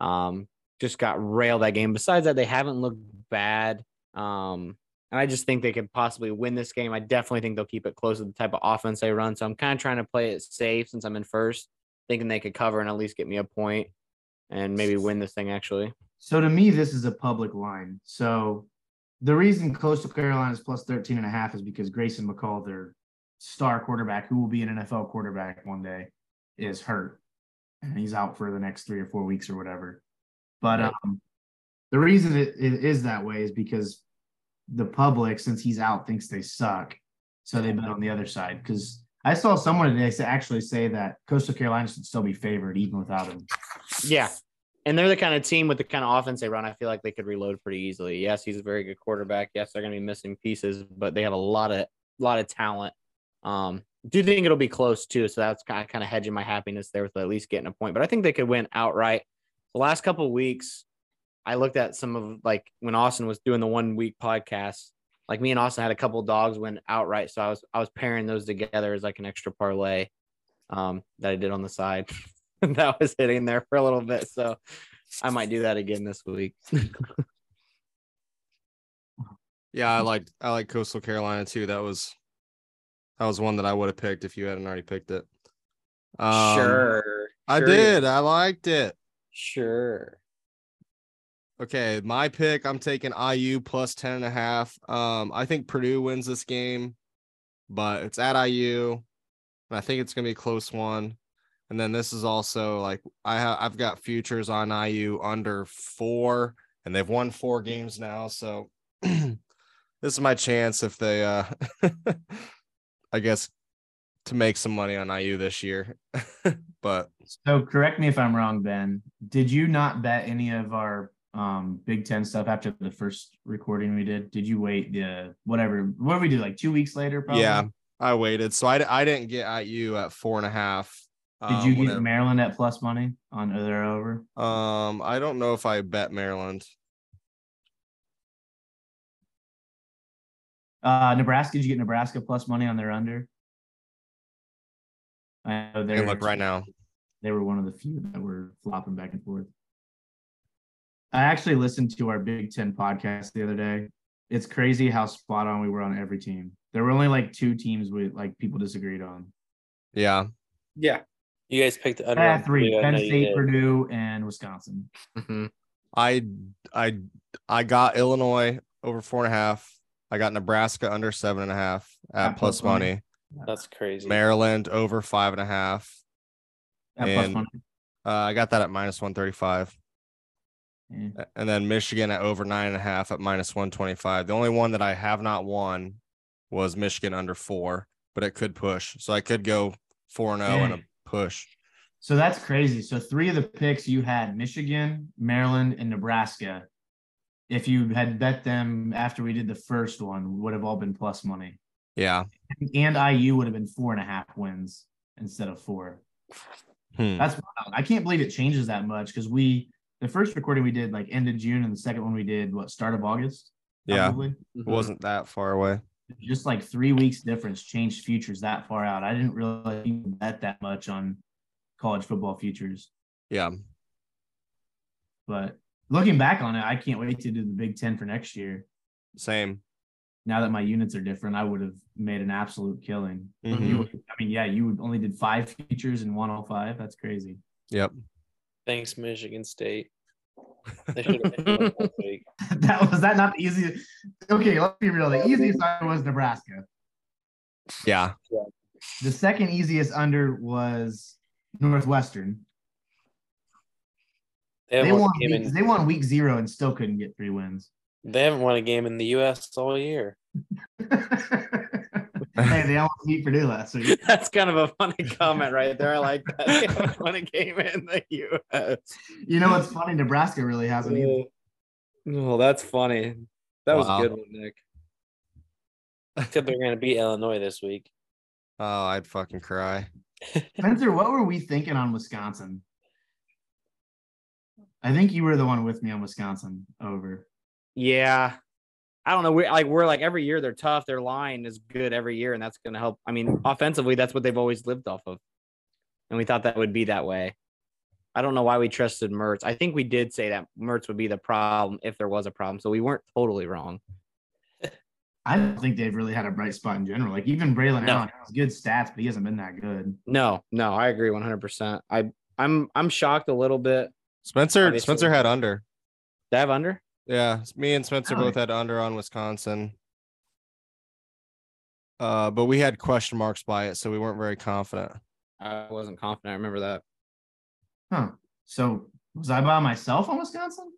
Um, just got railed that game. Besides that, they haven't looked bad. Um, and I just think they could possibly win this game. I definitely think they'll keep it close to the type of offense they run. So I'm kind of trying to play it safe since I'm in first, thinking they could cover and at least get me a point and maybe win this thing, actually.
So to me, this is a public line. So the reason Coastal Carolina is plus 13 and a half is because Grayson McCall, their star quarterback, who will be an NFL quarterback one day, is hurt. And he's out for the next three or four weeks or whatever. But um, the reason it, it is that way is because the public, since he's out, thinks they suck. So they bet on the other side. Because I saw someone today say- actually say that Coastal Carolina should still be favored even without him.
Yeah. And they're the kind of team with the kind of offense they run. I feel like they could reload pretty easily. Yes, he's a very good quarterback. Yes, they're going to be missing pieces, but they have a lot of lot of talent. Um, do think it'll be close too. So that's kind of, kind of hedging my happiness there with at least getting a point. But I think they could win outright. The last couple of weeks, I looked at some of like when Austin was doing the one week podcast. Like me and Austin had a couple dogs win outright, so I was I was pairing those together as like an extra parlay um, that I did on the side. *laughs* that was hitting there for a little bit, so I might do that again this week.
Yeah, I like I like Coastal Carolina too. That was that was one that I would have picked if you hadn't already picked it. *laughs* Um,
sure,
I
Sure.
did. I liked it.
Sure.
Okay, my pick. I'm taking IU plus ten and a half. Um, I think Purdue wins this game, but it's at IU, and I think it's gonna be a close one. And then this is also like I have I've got futures on IU under four, and they've won four games now. So *clears throat* this is my chance if they, uh *laughs* I guess, to make some money on IU this year. *laughs* but
So correct me if I'm wrong, Ben. Did you not bet any of our um Big Ten stuff after the first recording we did? Did you wait the whatever what did we do like two weeks later? Probably.
Yeah, I waited. So I, I didn't get IU at four and a half.
Did
um,
you get
whenever-
Maryland at plus money on other over?
Um, I don't know if I bet Maryland.
Uh, Nebraska, did you get Nebraska plus money on their under? I know
I
they're
can look right now.
They were one of the few that were flopping back and forth. I actually listened to our Big Ten podcast the other day. It's crazy how spot on we were on every team. There were only like two teams with like people disagreed on.
Yeah.
Yeah.
You guys picked the under.
Ah,
on
three:
Purdue, I
Penn
know you
State,
did.
Purdue, and Wisconsin.
Mm-hmm, I I I got Illinois over four and a half. I got Nebraska under seven and a half at
At
plus
plus money.
money.
That's crazy.
Maryland over five and a half.
At plus
And-
money.
Uh, I got that at minus one thirty five.
Yeah.
And then Michigan at over nine and a half at minus one twenty five. The only one that I have not won was Michigan under four, but it could push. So I could go four and zero and a
Dang.
push.
So that's crazy. So three of the picks you had Michigan, Maryland, and Nebraska. If you had bet them after we did the first one, would have all been plus money.
Yeah.
And IU would have been four and a half wins instead of four.
Hmm.
That's wild. I can't believe it changes that much because we the first recording we did like end of June and the second one we did what start of August.
Yeah.
probably?
It wasn't that far away.
just like three weeks difference changed futures that far out. I didn't realize you could bet that much on college football futures.
Yeah.
But looking back on it, I can't wait to do the Big Ten for next year.
Same.
Now that my units are different, I would have made an absolute killing.
Mhm.
You would- I mean, yeah, you would- only did five features and one all five. That's crazy. *laughs*
Yep.
Thanks, Michigan State. *laughs* They should have been up last week.
that was that not the easiest. Okay, let's be real. The easiest under was Nebraska.
Yeah.
The second easiest under was Northwestern.
They
They
haven't, won
won.
a game
Week,
in,
they won week zero and still couldn't get three wins. *laughs*
they haven't won a game in the U.S. all *laughs* year.
hey, they almost beat Purdue last week.
*laughs* That's kind of a funny comment right there. I like that. *laughs* They haven't won a game in the U.S.
You know what's funny? Nebraska really hasn't either.
Oh, that's funny. That was
Wow.
a good one, Nick.
Except they're going to beat Illinois this week.
Oh, I'd fucking cry.
Spencer, what were we thinking on Wisconsin? I think you were the one with me on Wisconsin over.
Yeah. I don't know. We're like we're like every year they're tough. Their line is good every year, and that's gonna help. I mean, offensively, that's what they've always lived off of. And we thought that would be that way. I don't know why we trusted Mertz. I think we did say that Mertz would be the problem if there was a problem. So we weren't totally wrong.
I don't think they've really had a bright spot in general. Like even Braylon
No.
Allen has good stats, but he hasn't been that good.
No, no, I agree 100. percent I I'm I'm shocked a little bit.
Spencer
Obviously.
Spencer had under.
Did I have under?
Yeah, s- me and Spencer
Really?
both had under on Wisconsin. Uh, but we had question marks by it, so we weren't very confident.
I wasn't confident. I remember that.
Huh. So was I by myself on Wisconsin?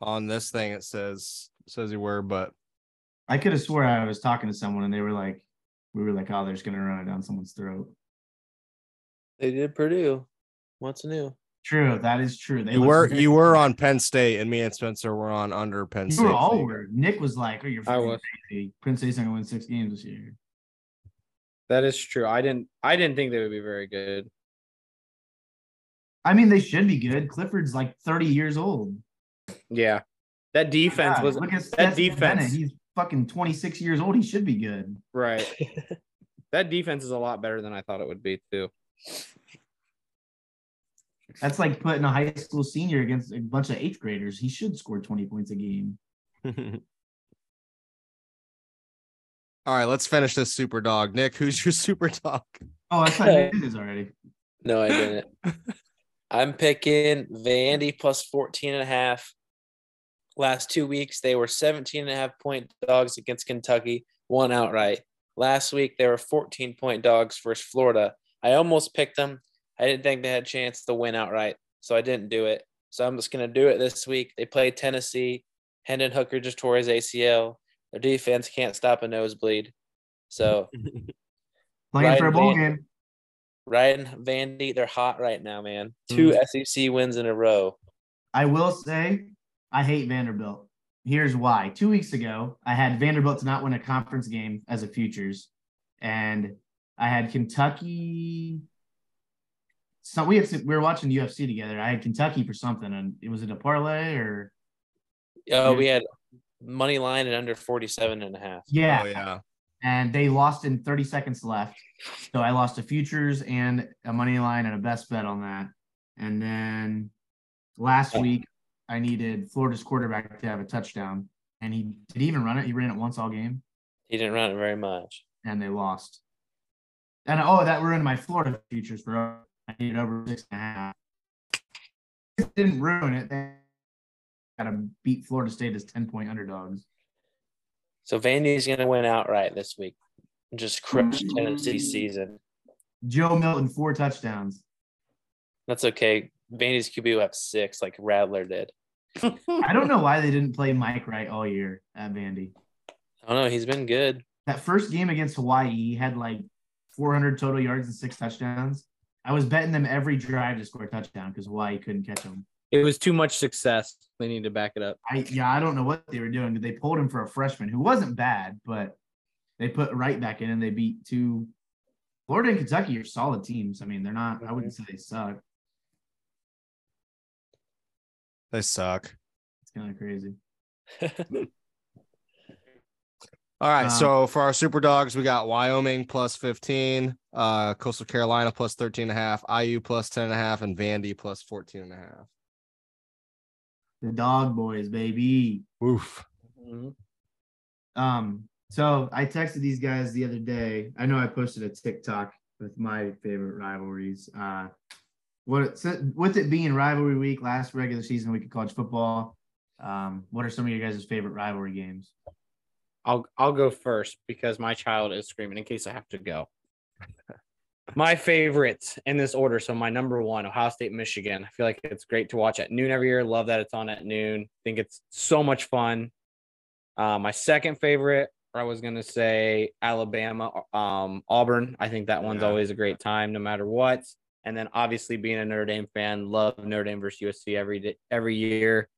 on this thing it says says you were, but
I could have swore I was talking to someone and they were like, we were like, oh, they're just gonna run it down someone's throat.
They did Purdue. What's new?
True, that is true. They
you were
listed-
you were on Penn State, and me and Spencer were on under Penn
You
State.
were all were. Nick was like, "Oh, you're
I
freaking
was.
crazy. Penn State's not gonna win six games this year."
That is true. I didn't. I didn't think they would be very good.
I mean, they should be good. Clifford's like 30 years old.
Yeah, that defense
God,
was
look at
that
Stetson
defense.
Bennett. He's fucking 26 years old. He should be good.
right. that defense is a lot better than I thought it would be too.
That's like putting a high school senior against a bunch of eighth graders. He should score 20 points a game.
All right, let's finish this super dog. Nick, who's your *laughs* super dog?
Oh, I thought you did this already.
No, I didn't. I'm picking Vandy plus 14 and a half. Last two weeks, they were 17 and a half point dogs against Kentucky, one outright. Last week, they were 14 point dogs versus Florida. I almost picked them. I didn't think they had a chance to win outright, so I didn't do it. So I'm just going to do it this week. They play Tennessee. Hendon Hooker just tore his ACL. Their defense can't stop a nosebleed. So
Playing
Ryan
for a bowl
Van-
game.
Ryan Vandy, they're hot right now, man. Two SEC wins in a row.
I will say, I hate Vanderbilt. Here's why. Two weeks ago, I had Vanderbilt to not win a conference game as a futures, and I had Kentucky. So we had we were watching UFC together. I had Kentucky for something, and it was it a parlay or Yeah.
Oh, we had money line and under 47 and a half.
yeah,
Oh yeah.
and they lost in 30 seconds left. So I lost a futures and a money line and a best bet on that. And then last week I needed Florida's quarterback to have a touchdown. And he did he even run it. He ran it once all game
He didn't run it very much.
and they lost. And oh, that ruined my Florida futures for I needed over six and a half. It didn't ruin it. They gotta beat Florida State as 10 point underdogs.
So Vandy's going to win outright this week. and Just crush Tennessee season.
Joe Milton, four touchdowns.
That's okay. Vandy's QB will have six, like Rattler did.
I don't know why they didn't play Mike Wright all year at Vandy.
I don't know. He's been good.
That first game against Hawaii, he had like 400 total yards and six touchdowns. I was betting them every drive to score a touchdown because Hawaii couldn't catch him.
It was too much success. They need to back it up.
I yeah, I don't know what they were doing, but they pulled him for a freshman who wasn't bad, but they put right back in and they beat two. Florida and Kentucky are solid teams. I mean, they're not. I wouldn't say they suck.
They suck.
It's kind of crazy.
All right.
Um,
so for our super dogs, we got Wyoming plus 15, uh, Coastal Carolina plus 13 and a half, IU plus 10 and a half, and Vandy plus 14 and a half.
The dog boys, baby.
Oof.
Um, so I texted these guys the other day. I know I posted a TikTok with my favorite rivalries. Uh, what so with it being rivalry week, last regular season week of college football. Um, what are some of your guys' favorite rivalry games?
I'll I'll go first because my child is screaming in case I have to go. my favorites in this order. So my number one, Ohio State, Michigan. I feel like it's great to watch at noon every year. Love that it's on at noon. Think it's so much fun. Uh, my second favorite, or I was gonna say Alabama, um, Auburn. I think that one's
Yeah.
always a great time, no matter what. And then obviously being a Notre Dame fan, love Notre Dame versus USC every day, every year.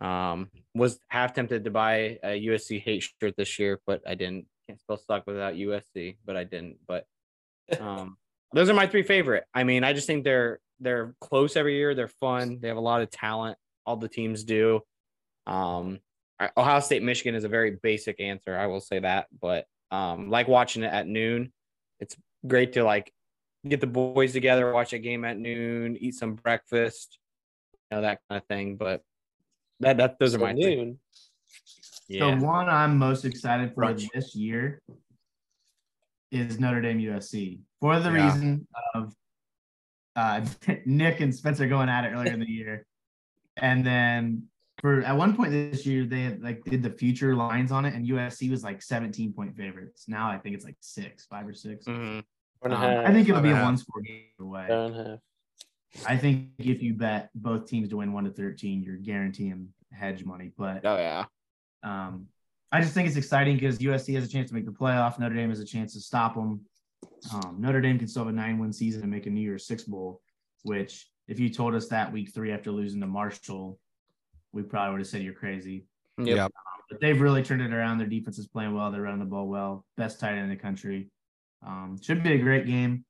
Um, was half tempted to buy a USC hate shirt this year, but I didn't. Can't spell suck without USC, but I didn't. But um, those are my three favorite. I mean, I just think they're they're close every year. They're fun. They have a lot of talent. All the teams do. Um, I- Ohio State, Michigan is a very basic answer. I will say that, but um, like watching it at noon, it's great to like get the boys together, watch a game at noon, eat some breakfast, you know that kind of thing. But that that those are my three.
Noon.
Yeah.
The one I'm most excited for
Brunch.
this year is Notre Dame USC for the
Yeah.
reason of uh, *laughs* Nick and Spencer going at it earlier in the year, and then for at one point this year they had, like did the future lines on it, and USC was like 17 point favorites. Now I think it's like six, five or 6
Mhm.
Four and a
Um,
half.
I think it'll be
Five and
a
a half.
one score game either way.
Four and a half.
I think if you bet both teams to win one to 13, you're guaranteeing hedge money, but
Oh yeah.
um, I just think it's exciting because USC has a chance to make the playoff. Notre Dame has a chance to stop them. Um, Notre Dame can still have a nine-win season and make a New Year's Six bowl. Which, if you told us that week three after losing to Marshall, we probably would have said you're crazy. Um,
Yep. Yeah.
But they've really turned it around. Their defense is playing well. They're running the ball well. Best tight end in the country. Um, should be a great game.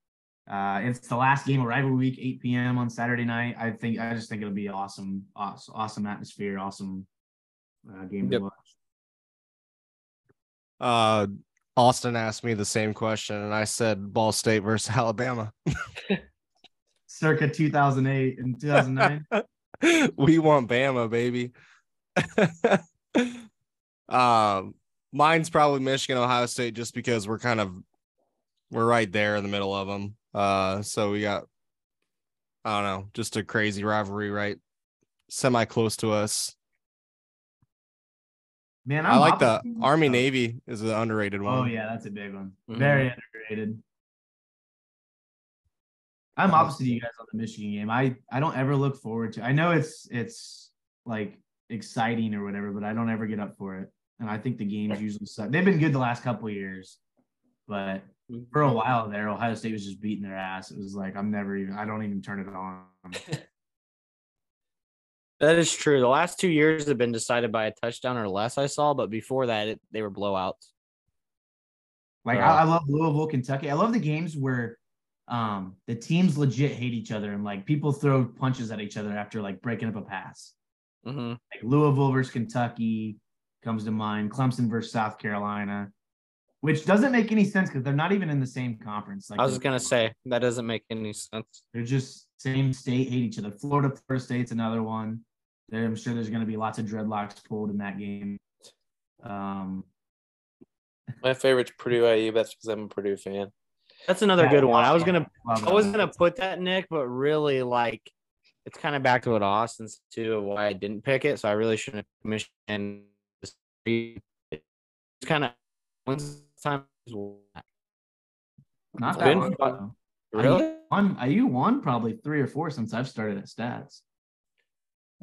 Uh, it's the last game of rivalry week, 8 p.m. on Saturday night. I think I just think it'll be awesome, awesome, awesome atmosphere, awesome uh, game to
Yep.
watch.
Uh, Austin asked me the same question, and I said Ball State versus *laughs* Alabama.
Circa 2008
*laughs*
and 2009.
we want Bama, baby. *laughs* um, mine's probably Michigan, Ohio State, just because we're kind of we're right there in the middle of them. Uh, so we got I don't know, just a crazy rivalry, right? Semi close to us.
Man,
I
I'm
like the
opposite.
Army Navy is an underrated one. Mm-hmm.
Oh yeah, that's a big one.
Mhm.
Very underrated. I'm opposite you guys on the Michigan game. I I don't ever look forward to. I know it's it's like exciting or whatever, but I don't ever get up for it. And I think the games usually suck. They've been good the last couple of years, but
Mm-hmm.
for a while there, Ohio State was just beating their ass. It was like I'm never even. I don't even turn it on.
That is true. The last two years have been decided by a touchdown or less, I saw, but before that, it, they were blowouts.
Like
Yeah.
I, I love Louisville, Kentucky. I love the games where um the teams legit hate each other and like people throw punches at each other after like breaking up a pass.
Mm-hmm.
Like Louisville versus Kentucky comes to mind, Clemson versus South Carolina, which doesn't make any sense because they're not even in the same conference. Like
I was just gonna say that doesn't make any sense.
they're just same state, hate each other. Florida, Florida State's another one. There, I'm sure there's gonna be lots of dreadlocks pulled in that game. Um
My favorite's Purdue IU. That's because I'm a Purdue fan.
That's another
yeah,
good one. I was gonna,
love
I
that
was
one.
gonna put that Nick, but really, like, it's kind of back to what Austin's too. of Why I didn't pick it, so I really shouldn't have commissioned. this. It's kind of once time.
not
It's
that
been
long
fun.
ago.
Really?
One IU won probably three or four since I've started at stats.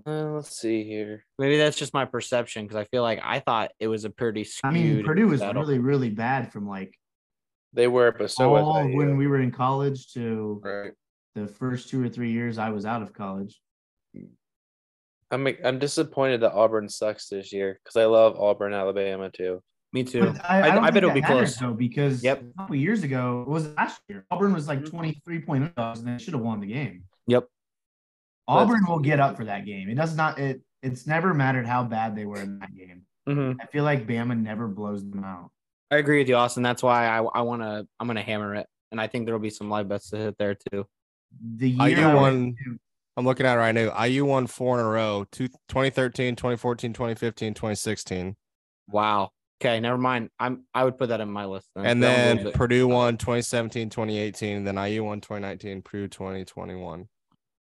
Uh, let's see here.
Maybe that's just my perception because I feel like I thought it was a pretty
I
skewed.
mean, Purdue was
that'll-
really, really bad from like
They were, but so
all
was IU.
Oh, when we were in college to
right.
the first two or three years I was out of college.
I'm I'm disappointed that Auburn sucks this year because I love Auburn, Alabama too.
me too.
But I,
I-
don't
I
think
bet it'll
that
be
matters,
close.
though, because
Yep.
a couple years ago it was last year. Auburn was like 23 point underdogs and they should have won the game.
Yep.
Auburn will get up for that game. It does not. It it's never mattered how bad they were in that game.
Mhm.
I feel like Bama never blows them out.
I agree with you, Austin. That's why I I want to I'm gonna hammer it, and I think there'll be some live bets to hit there too.
The year
IU
I went
won-
to-
I'm looking at it right now. IU won four in a row two, 2013, 2014, 2015, 2016.
Wow. Okay, never mind. I'm I would put that in my list. Then.
And
That one
then
moves it.
Purdue won 2017, 2018, and then IU won 2019, Purdue 2021.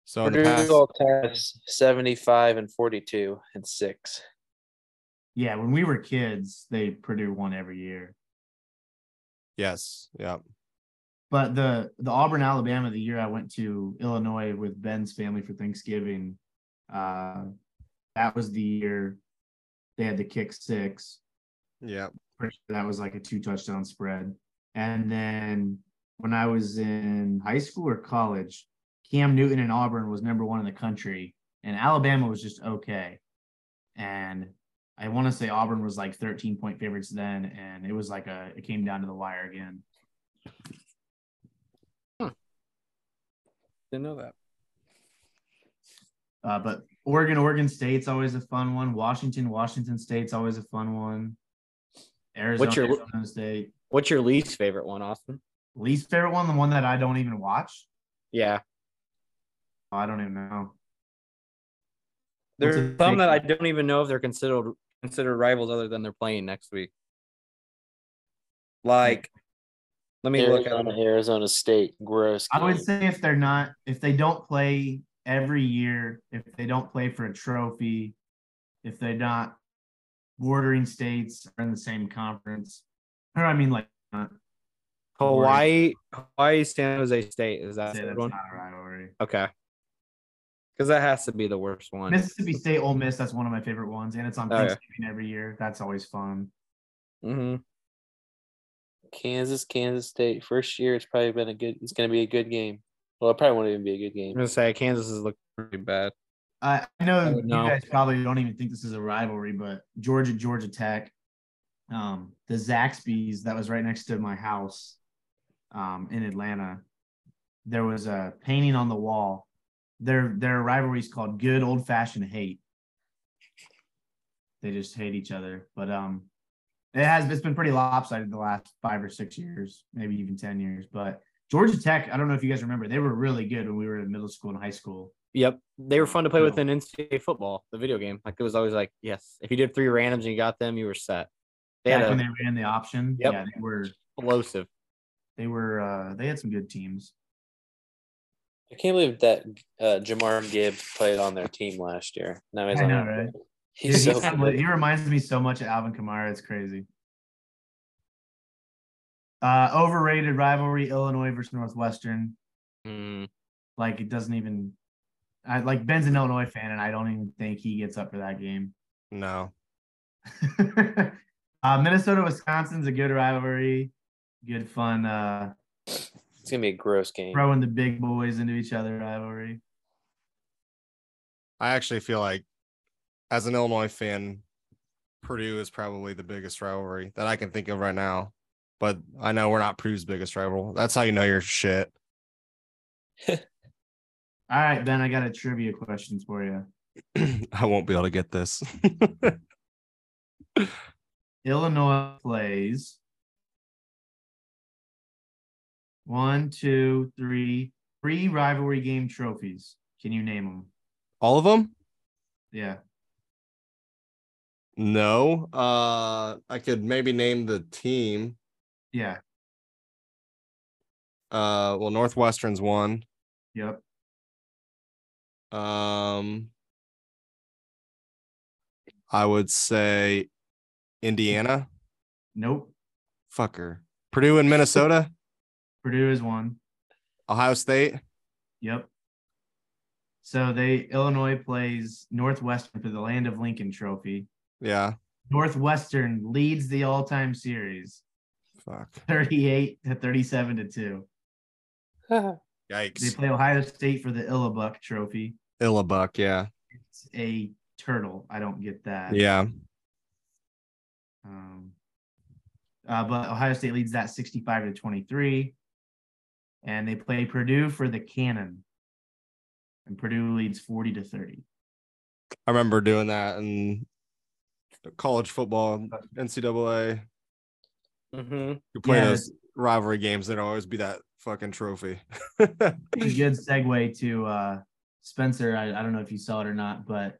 So in the
Purdue
past,
all times 75 and 42 and six.
yeah, when we were kids, they Purdue won every year.
yes, yeah.
But the the Auburn, Alabama, the year I went to Illinois with Ben's family for Thanksgiving, uh, that was the year they had the kick six.
Yeah.
Pretty sure That was like a two touchdown spread. And then when I was in high school or college, Cam Newton and Auburn was number one in the country, and Alabama was just okay. And I want to say Auburn was like 13 point favorites then, and it was like a it came down to the wire again.
Didn't know that.
Uh, but Oregon, Oregon State's always a fun one. Washington, Washington State's always a fun one. Arizona,
What's your-
Arizona State.
what's your least favorite one, Austin?
Least favorite one, the one that I don't even watch.
Yeah,
I don't even know.
There's
What's a
some
big
that I
one?
don't even know if they're considered considered rivals other than they're playing next week. Like, let me look at
Arizona, Arizona State, gross.
I would
game.
say if they're not, if they don't play every year, if they don't play for a trophy, if they're not bordering states are in the same conference, or I mean, like, not
Hawaii, Hawaii, San Jose State. Is that
say
the
that's
one?
not a rivalry.
Okay. because that has to be the worst one.
Mississippi State Ole Miss, that's one of my favorite ones, and it's on
Oh, yeah.
Thanksgiving every year. That's always fun.
hmm
Kansas, Kansas State. First year, it's probably been a good. It's gonna be a good game. Well, it probably won't even be a good
I'm
game.
gonna say Kansas is looking pretty bad.
I I know
I would
you
know.
guys probably don't even think this is a rivalry, but Georgia, Georgia Tech, um, the Zaxby's that was right next to my house um, in Atlanta, there was a painting on the wall. Their their rivalry is called good old fashioned hate. They just hate each other, but um, it has it's been pretty lopsided the last five or six years, maybe even ten years. But Georgia Tech, I don't know if you guys remember, they were really good when we were in middle school and high school.
Yep, they were fun to play with
No.
in NCAA football, the video game. Like it was always like, yes, if you did three randoms and you got them, you were set. They
back
had
when
a
they ran the option.
Yep.
Yeah, they were
explosive.
they were uh they had some good teams.
I can't believe that uh, Jamar Gibbs played on their team last year. Now he's
I
on
know,
our-
right? Dude,
He's
he,
so
sound- he reminds me so much of Alvin Kamara. It's crazy. Uh overrated rivalry, Illinois versus Northwestern.
Mm,
Like it doesn't even I like Ben's an Illinois fan, and I don't even think he gets up for that game. *laughs*
No.
uh Minnesota, Wisconsin's a good rivalry. Good fun uh
it's gonna be a gross game.
throwing the big boys into each other rivalry.
I actually feel like, as an Illinois fan, Purdue is probably the biggest rivalry that I can think of right now. But I know we're not Purdue's biggest rival. That's how you know your shit. *clears throat*
All right, Ben, I got a trivia question for you.
I won't be able to get this. *laughs*
Illinois plays one, two, three, three rivalry game trophies. Can you name them?
All of them?
Yeah.
No. Uh, I could maybe name the team.
Yeah.
Uh, well, Northwestern's one.
Yep.
Um, I would say Indiana.
Nope.
Fucker. Purdue and Minnesota.
Purdue is one.
Ohio State.
Yep. So they Illinois plays Northwestern for the Land of Lincoln Trophy.
Yeah.
Northwestern leads the all-time series,
Fuck.
38 to 37 to 2. They
Yikes.
play Ohio State for the Illabuck Trophy.
Illabuck. Yeah.
It's a turtle. I don't get that.
Yeah.
Um, uh, but Ohio State leads that 65 to 23. And they play Purdue for the cannon. And Purdue leads 40 to 30.
I remember doing that in college football, NCAA.
Mm-hmm.
hmm
You play
Yeah,
those rivalry games, there'd always be that fucking trophy. *laughs*
Pretty good segue to uh, Spencer. I, I don't know if you saw it or not, but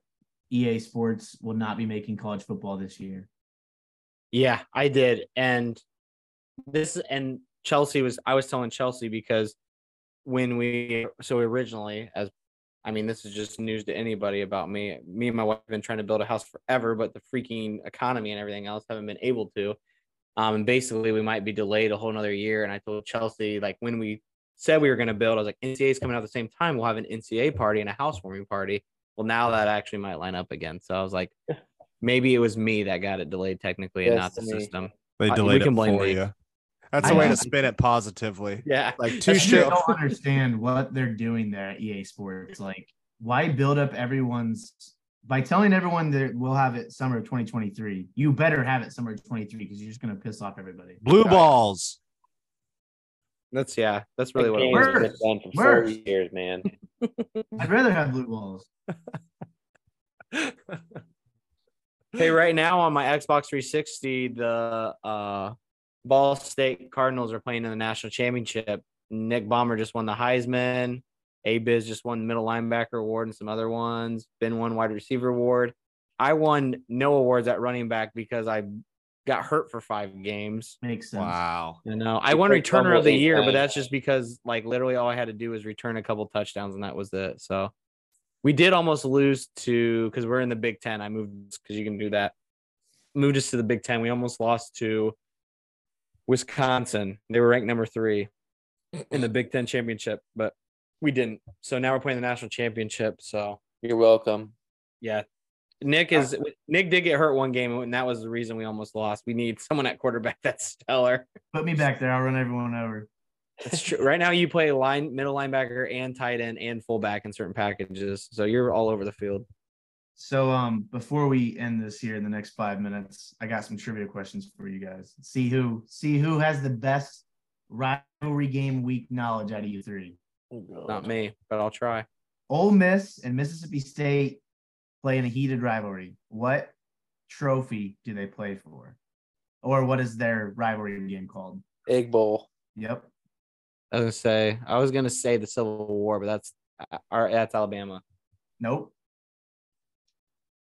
EA Sports will not be making college football this year.
Yeah, I did. And this and Chelsea was I was telling Chelsea because when we so originally as I mean this is just news to anybody about me. Me and my wife have been trying to build a house forever, but the freaking economy and everything else haven't been able to. Um and basically we might be delayed a whole nother year. And I told Chelsea like when we said we were gonna build, I was like NCAA is coming out at the same time. We'll have an NCAA party and a housewarming party. Well now that actually might line up again. So I was like maybe it was me that got it delayed technically and not the
Destiny.
system.
they
Uh, we
delayed
can
it
blame
for
me.
you. That's
I
a way
know.
to spin it positively.
Yeah.
Like
I
two
still
shit.
don't understand what they're doing there at EA Sports. Like, why build up everyone's by telling everyone that we'll have it summer of 2023? You better have it summer of 23 because you're just gonna piss off everybody.
Blue balls.
That's yeah. That's really
Really
what it
Word.
was.
Worse.
done for
Worse.
40 years, man.
I'd rather have blue balls.
Hey, right now on my Xbox 360, the uh Ball State Cardinals are playing in the national championship. Nick Bomber just won the Heisman. A Biz just won middle linebacker award and some other ones. Ben won wide receiver award. I won no awards at running back because I got hurt for five games.
Makes sense.
Wow.
I know. I
You
won
played
returner
fumble
of the
eight
year, but
times.
that's just because like literally all I had to do was return a couple touchdowns and that was it. So we did almost lose to because we're in the Big Ten. I moved because you can do that. Moved us to the Big Ten. We almost lost to Wisconsin. They were ranked number three in the Big Ten championship, but We didn't. So now we're playing the national championship. So
You're welcome.
yeah, Nick is Nick did get hurt one game, and that was the reason we almost lost. We need someone at quarterback *laughs* that's stellar.
Put me back there. I'll run everyone over.
That's true. right now, you play line middle linebacker and tight end and fullback in certain packages, so you're all over the field.
So um before we end this here in the next five minutes, I got some trivia questions for you guys. See who see who has the best rivalry game week knowledge out of you three.
Not me, but I'll try.
Ole Miss and Mississippi State play in a heated rivalry. What trophy do they play for? Or what is their rivalry game called?
Egg Bowl.
Yep.
I was gonna say I was gonna say the Civil War, but that's uh, our that's Alabama.
Nope.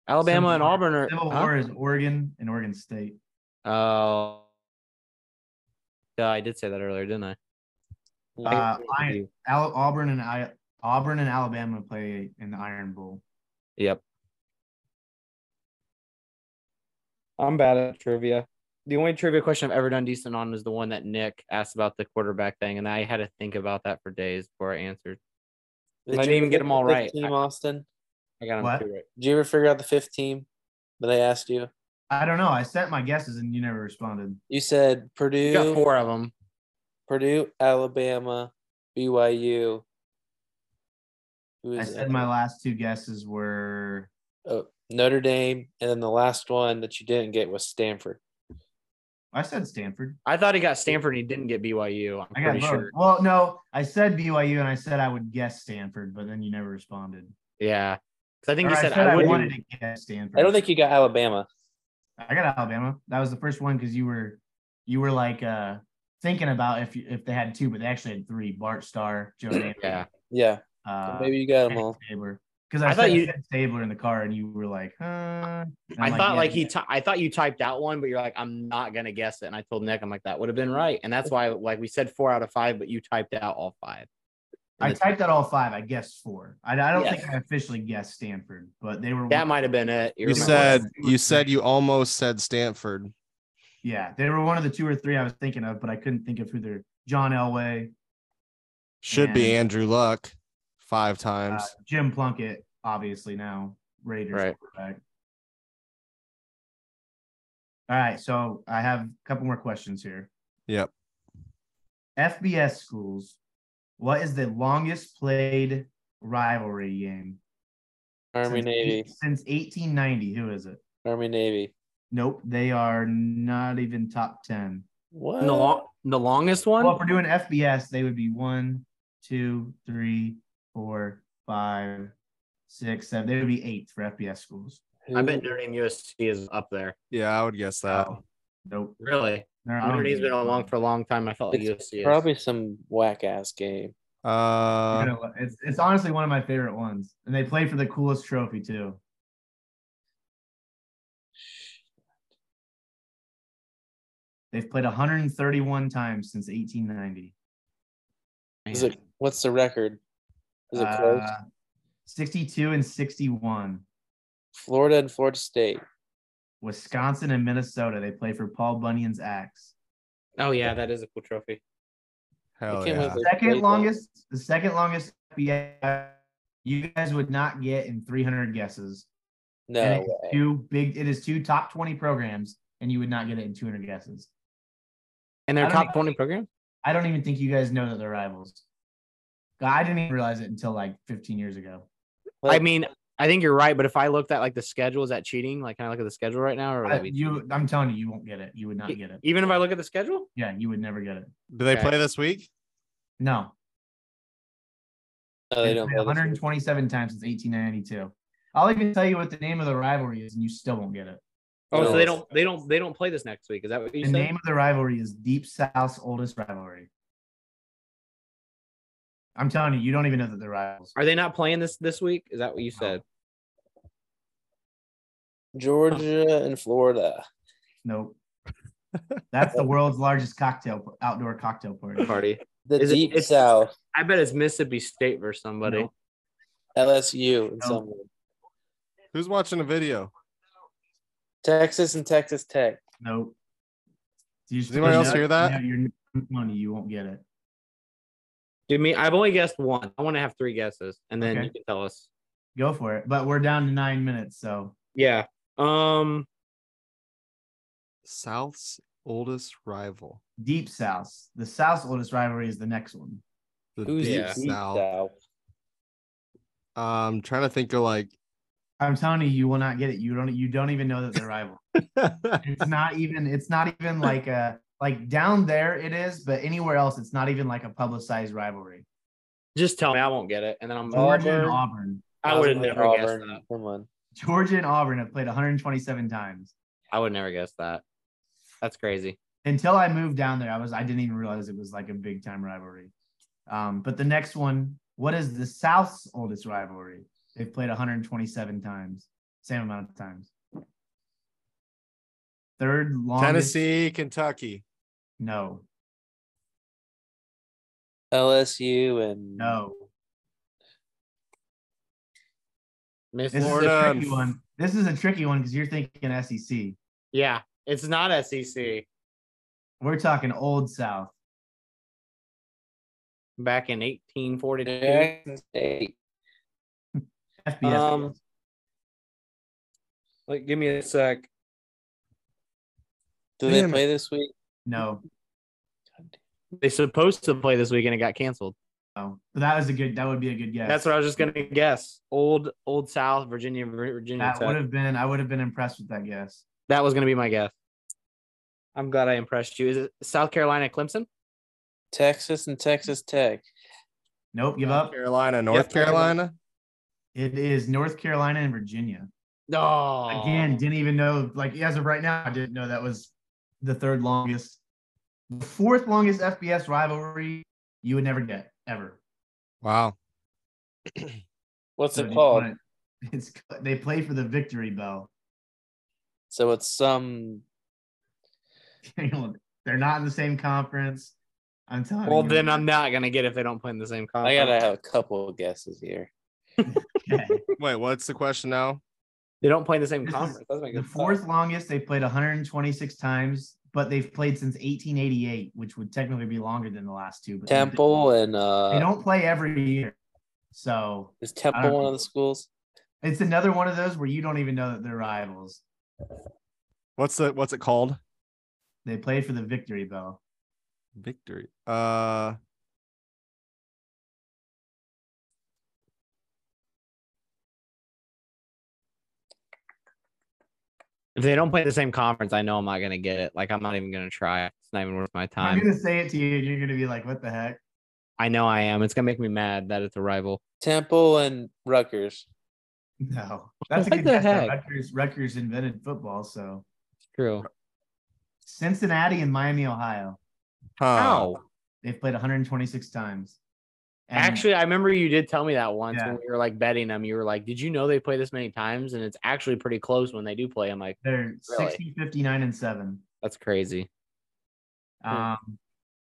Alabama
Civil
and
War.
Auburn are.
Civil
huh?
War is Oregon and Oregon State.
Oh. Yeah, I did say that earlier, didn't I?
Uh, Iron, Al- Auburn and I, Auburn and Alabama play in the Iron Bowl.
Yep. I'm bad at trivia. The only trivia question I've ever done decent on is the one that Nick asked about the quarterback thing, and I had to think about that for days before I answered. I didn't
you
even get
figure
them
out
all
the fifth
right.
Team
I-
Austin.
I got him
What?
too right.
Did you ever figure out the fifth team that I asked you?
I don't know. I sent my guesses and you never responded.
You said Purdue,
You got four of them.
Purdue, Alabama, BYU. Who
I
is it?
said my last two guesses were
Oh, Notre Dame, and then the last one that you didn't get was Stanford.
I said Stanford.
I thought he got Stanford and he didn't get BYU. I'm
I got
pretty
both.
sure.
Well, no, I said BYU and I said I would guess Stanford, but then you never responded.
Yeah. 'Cause I think
Or
you
I
said,
said I
I would.
wanted to guess Stanford.
I don't think you got Alabama.
I got Alabama. That was the first one because you were you were like uh thinking about if you, if they had two, but they actually had three. Bart Starr, Joe Namath,
*clears throat* Yeah.
Yeah,
uh,
maybe you got them all.
Stabler. Because I,
I thought
said
you-
Ted Stabler in the car, and you were like, huh? And
I
I'm
thought
yeah,
like he, ty- I thought you typed out one, but you're like, I'm not gonna guess it. And I told Nick, I'm like, that would have been right, and that's why, like we said, four out of five, but you typed out all five.
I typed out all five. I guessed four. I, I don't
Yeah.
think I officially guessed Stanford, but they were
That might have been it.
You
You're
remember-
said
Yeah.
you said you almost said Stanford.
yeah, they were one of the two or three I was thinking of, but I couldn't think of who they're John Elway,
Should be
And-
Andrew Luck five
uh,
times.
Jim Plunkett, obviously now Raiders
Right.
quarterback. All right, so I have a couple more questions here.
Yep.
FBS schools, what is the longest played rivalry game
Army,
since,
Navy,
since 1890? Who is it?
Army, Navy.
Nope, they are not even top 10.
What?
the long, the longest one.
Well, if we're doing FBS, they would be one, two, three, four, five, six, seven. They would be eight for FBS schools.
Who-
I bet Notre Dame USC is up there.
Yeah, I would guess that.
Oh, nope.
Really,
They're- I uh, don't
Notre Dame's
think
been along for a long time. I felt like
It's
USC is.
Probably some whack ass game.
You're
Uh,
gonna lo- It's, it's honestly one of my favorite ones, and they play for the coolest trophy too. They've played 131 times since 1890.
Is it? What's the record? Is it close?
Uh, 62 and 61.
Florida and Florida State.
Wisconsin and Minnesota. They play for Paul Bunyan's axe.
Oh yeah, that is a cool trophy.
hell
I can't
yeah.
believe they played
Second
that.
longest, the second longest FBS. You guys would not get in 300 guesses. And
No
it is
way.
two big. It is two top 20 programs, and you would not get it in 200 guesses.
And
I
their
don't
top
even-
twenty program.
I don't even think you guys know that they're rivals. God, I didn't even realize it until like 15 years ago.
Well,
I mean, I think you're right, but if I looked at like the schedule, is that cheating? Like, can I look at the schedule right now, or would
I-
that be
you, I'm telling you, you won't get it. You would not get it.
even if I look at the schedule?
Yeah, you would never get it.
Do they
Okay.
play this week?
No,
no, they
It's been
don't play this week.
127 times since 1892. I'll even tell you what the name of the rivalry is, and you still won't get it.
Oh, so
No.
they don't, they don't, they don't play this next week. Is that what you
The
said?
name of the rivalry is Deep South's oldest rivalry. I'm telling you, you don't even know that they're rivals.
Are they not playing this this week? Is that what you said?
Georgia and Florida.
*laughs*
Nope. That's the world's largest cocktail outdoor cocktail party. *laughs*
Party.
The
Is it-
Deep
it's-
South,
I bet it's Mississippi State versus somebody.
Nope.
LSU, and
No.
someone.
Who's watching the video?
Texas and Texas Tech.
Nope. You just
Does anybody
put it
else
out,
hear that?
you know, Your money, you won't get it.
Do me? I've only guessed one. I want to have three guesses, and then
Okay.
you can tell us.
Go for it. But we're down to nine minutes, so
Yeah. Um.
South's oldest rival.
Deep South. The South's oldest rivalry is the next one.
The
Who's
Deep
Yeah.
Deep
South.
South?
I'm trying to think of like
I'm telling you, you will not get it. You don't. You don't even know that
*laughs*
they're rival. it's not even. It's not even like a like down there it is, but anywhere else it's not even like a publicized rivalry.
Just tell me. I won't get it, and then I'm.
Georgia and
Auburn.
Auburn.
I would have
Auburn,
never
Auburn,
guessed that.
Come on.
Georgia and Auburn have played 127 times.
I would never guess that. That's crazy.
Until I moved down there, I was I didn't even realize it was like a big time rivalry. Um, but the next one, what is the South's oldest rivalry? They've played 127 times, same amount of times. Third longest.
Tennessee, Kentucky.
No,
LSU and
no.
Miss
This
Florida.
Florida
is a
and-
tricky one. This is a tricky one because you're thinking E SEC.
Yeah, it's not E SEC.
We're talking Old South.
Back in 1842.
Jackson State.
FBS.
Um, Like, give me a sec.
Do they
Damn it.
play this week?
no,
They supposed to play this weekend. It got canceled.
no. But that was a good. That would be a good guess.
That's what I was just gonna guess. Old Old South, Virginia, Vir- Virginia
That
Tech.
would have been. I would have been impressed with that guess.
That was gonna be my guess. I'm glad I impressed you. Is it South Carolina, Clemson?
Texas and Texas Tech.
Nope. Give
South
up.
Carolina, North
North Carolina.
Carolina.
It is North Carolina and Virginia.
No.
Again, didn't even know. Like as of right now, I didn't know that was the third longest, the fourth longest FBS rivalry. You would never get ever.
Wow.
What's
So
it
do you
called?
wanna- It's they play for the victory bell. *laughs*
So it's some.
They're not in the same conference. I'm telling
Well,
you.
then I'm not gonna get it if they don't play in the same
I
conference.
gotta have a couple of guesses here. *laughs*
Okay.
Wait, what's the question now?
They don't play in the same
This is
conference. That's my
The
good
fourth longest they've played 126 times, but they've played since 1888, which would technically be longer than the last two. But they-
Temple and
They
uh,
don't play every year, so
is
I
Temple
don't-
one of the schools?
it's another one of those where you don't even know that they're rivals.
What's the what's it called?
They played for the victory bell.
Victory. Uh
If they don't play in the same conference, I know I'm not gonna get it. Like I'm not even gonna try. It's not even worth my
I'm
time.
gonna say it to you. and You're gonna be like, "What the heck?" *laughs*
I know I am. It's gonna make me mad that it's a rival.
Temple and Rutgers.
No, that's a
What
good
the
guess. though.
heck?
Rutgers, Rutgers invented football, so
True.
Cincinnati and Miami, Ohio,
huh.
How?
they've played 126 times. And
Actually, I remember you did tell me that once
Yeah.
when we were like betting them. You were like, "Did you know they play this many times?" And it's actually pretty close when they do play. I'm like,
they're 60, 59, and seven.
"That's crazy."
Hmm.
Um,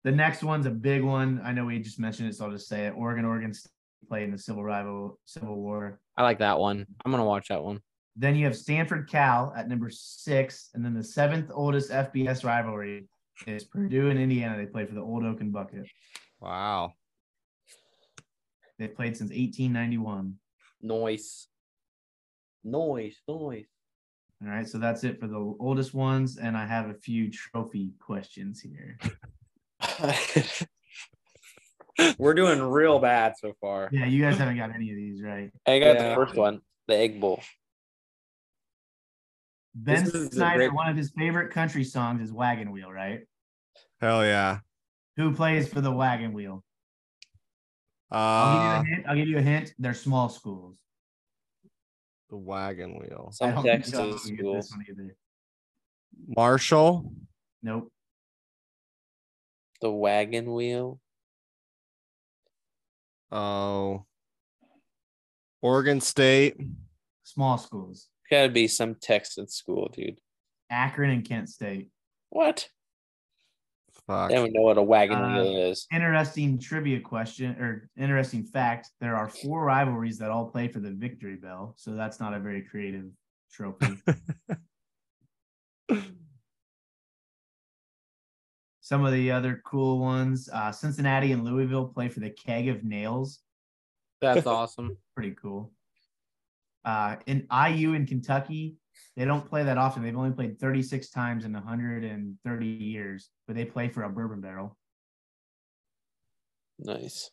the next one's a big one. I know we just mentioned it, so I'll just say it. Oregon, Oregon State played in the Civil Rival Civil War.
I like that one. I'm gonna watch that one.
Then you have Stanford Cal at number six, and then the seventh oldest FBS rivalry is Purdue and Indiana. They played for the Old Oaken Bucket.
Wow.
They played since 1891.
Noise, noise, noise.
All right, so that's it for the oldest ones, and I have a few trophy questions here.
*laughs* I
We're doing real bad so far.
Yeah, you guys haven't got any of these right.
got
Yeah.
the first one, the Egg Bowl.
Ben
This is a
Snyder,
great-
one of his favorite country songs is Wagon Wheel, right?
Hell yeah.
Who plays for the Wagon Wheel?
Uh
I'll give you a hint. I'll give you a hint. They're small schools.
the wagon wheel.
I
Some
don't think y'all will
Texas
get
schools.
this one either.
Marshall.
Nope.
The Wagon Wheel.
Oh. Oregon State.
Small schools.
Gotta be some Texas school, dude.
Akron and Kent State.
What?
Fuck.
They don't know what a wagon
Uh,
wheel is.
Interesting trivia question or interesting fact. There are four rivalries that all play for the victory bell. So that's not a very creative trophy. Some of the other cool ones, uh, Cincinnati and Louisville play for the Keg of Nails.
*laughs*
That's awesome.
Pretty cool. Uh, in IU in Kentucky, they don't play that often. They've only played 36 times in 130 years, but they play for a bourbon barrel.
Nice.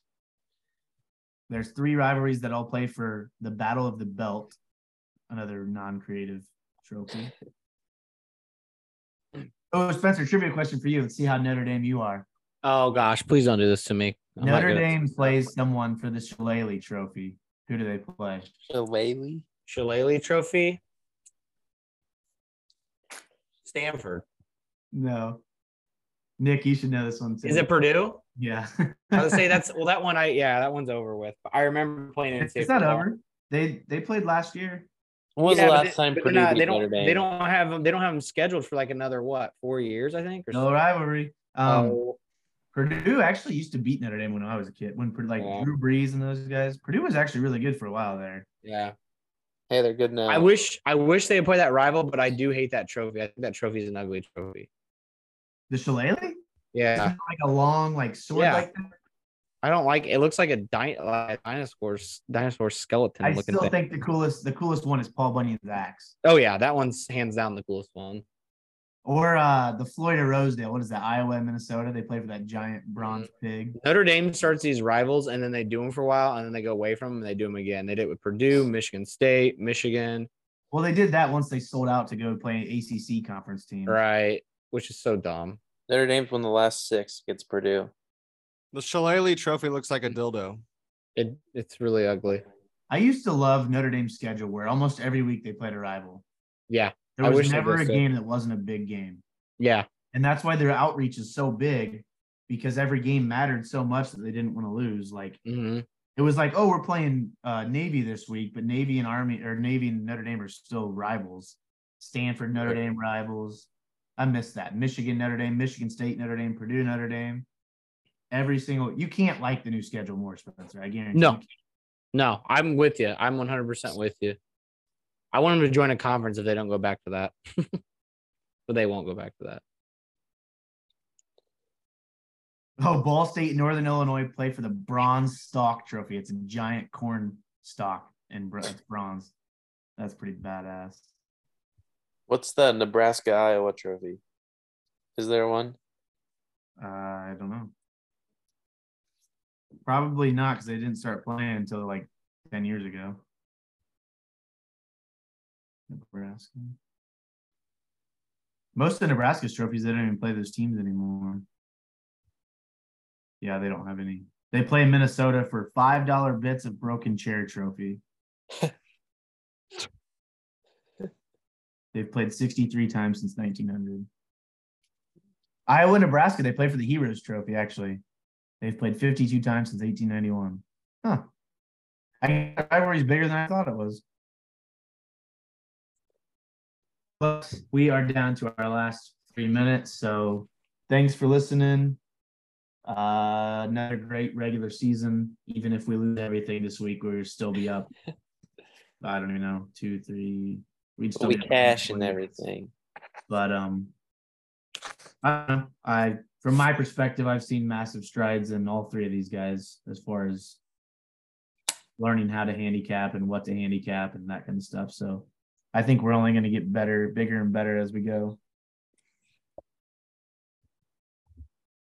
There's three rivalries that all play for the Battle of the Belt, another non-creative trophy. Oh, Spencer, trivia question for you. Let's see how Notre Dame you are.
Oh gosh, please don't do this to me. I'm not
Notre
good at-
Dame plays someone for the Shillelagh Trophy. Who do they play?
Shillelagh.
Shillelagh Trophy. Stanford.
No. Nick, you should know this one too.
Is it Purdue?
*laughs* Yeah. *laughs*
I would say that's well. That one, I yeah, that one's over with. But I remember playing in.
it's not over. They they played last year.
When was the last time Purdue beat
they don't,
Notre Dame?
They don't have them. They don't have them scheduled for like another what four years, I think. Or
No rivalry. Um,
so.
Purdue actually used to beat Notre Dame when I was a kid. When Purdue, like
Yeah.
Drew Brees and those guys, Purdue was actually really good for a while there.
yeah.
Hey, they're good now.
I wish I wish they would play that rival, but I do hate that trophy. I think that trophy is an ugly trophy.
The Shillelagh,
Yeah,
Isn't it like a long like sword
Yeah.
like that.
I don't like. It looks like a, di- like a dinosaur dinosaur skeleton
I
looking
still
thing.
think the coolest the coolest one is Paul Bunyan's axe
oh yeah, that one's hands down the coolest one.
or uh the Florida Rosedale. What is that? Iowa, and Minnesota. They play for that giant bronze
Mm.
pig.
Notre Dame starts these rivals and then they do them for a while and then they go away from them and they do them again. They did it with Purdue, Michigan State, Michigan,
Well, they did that once they sold out to go play an ACC conference team.
right? Which is so dumb.
Notre Dame's won the last six against Purdue.
The Shillelagh Trophy looks like a dildo.
It it's really ugly.
I used to love Notre Dame's schedule where almost every week they played a rival.
Yeah,
There
I
was
wish they
never a
did so.
game that wasn't a big game.
yeah,
and that's why their outreach is so big because every game mattered so much that they didn't want to lose like
hmm
it was like oh we're playing uh, navy this week but navy and army or navy and notre dame are still rivals stanford notre
Right.
dame rivals i miss that michigan notre dame michigan state notre dame purdue notre dame every single you can't like the new schedule more spencer i guarantee
No.
you.
No, I'm with you. I'm 100 percent with you. I want them to join a conference if they don't go back to that, *laughs* but they won't go back to that.
oh ball state and northern illinois play for the bronze stalk trophy it's a giant corn stalk and bro- it's bronze that's pretty badass
What's the Nebraska Iowa trophy? Is there one?
Uh, I don't know. Probably not because they didn't start playing until like 10 years ago. Nebraska. Most of Nebraska's trophies, they don't even play those teams anymore. Yeah, they don't have any. They play Minnesota for $5 bits of broken chair trophy. They've played 63 times since 1900. Iowa, Nebraska, they play for the Heroes Trophy, actually. They've played 52 times since 1891. Huh. I the rivalry's bigger than I thought it was. But we are down to our last three minutes. So thanks for listening. Uh, another great regular season. Even if we lose everything this week, we'll still be
*laughs*
up. I don't even know. Two, three. We'd
We
be up.
cash and everything.
But um, I, don't know. I from my perspective, I've seen massive strides in all three of these guys as far as learning how to handicap and what to handicap and that kind of stuff. So I think we're only going to get better, bigger, and better as we go.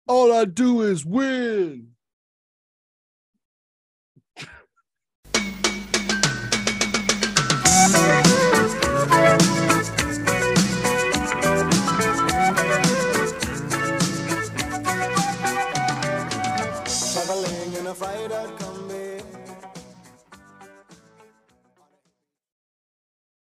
All I do is win.
traveling in a freighter combi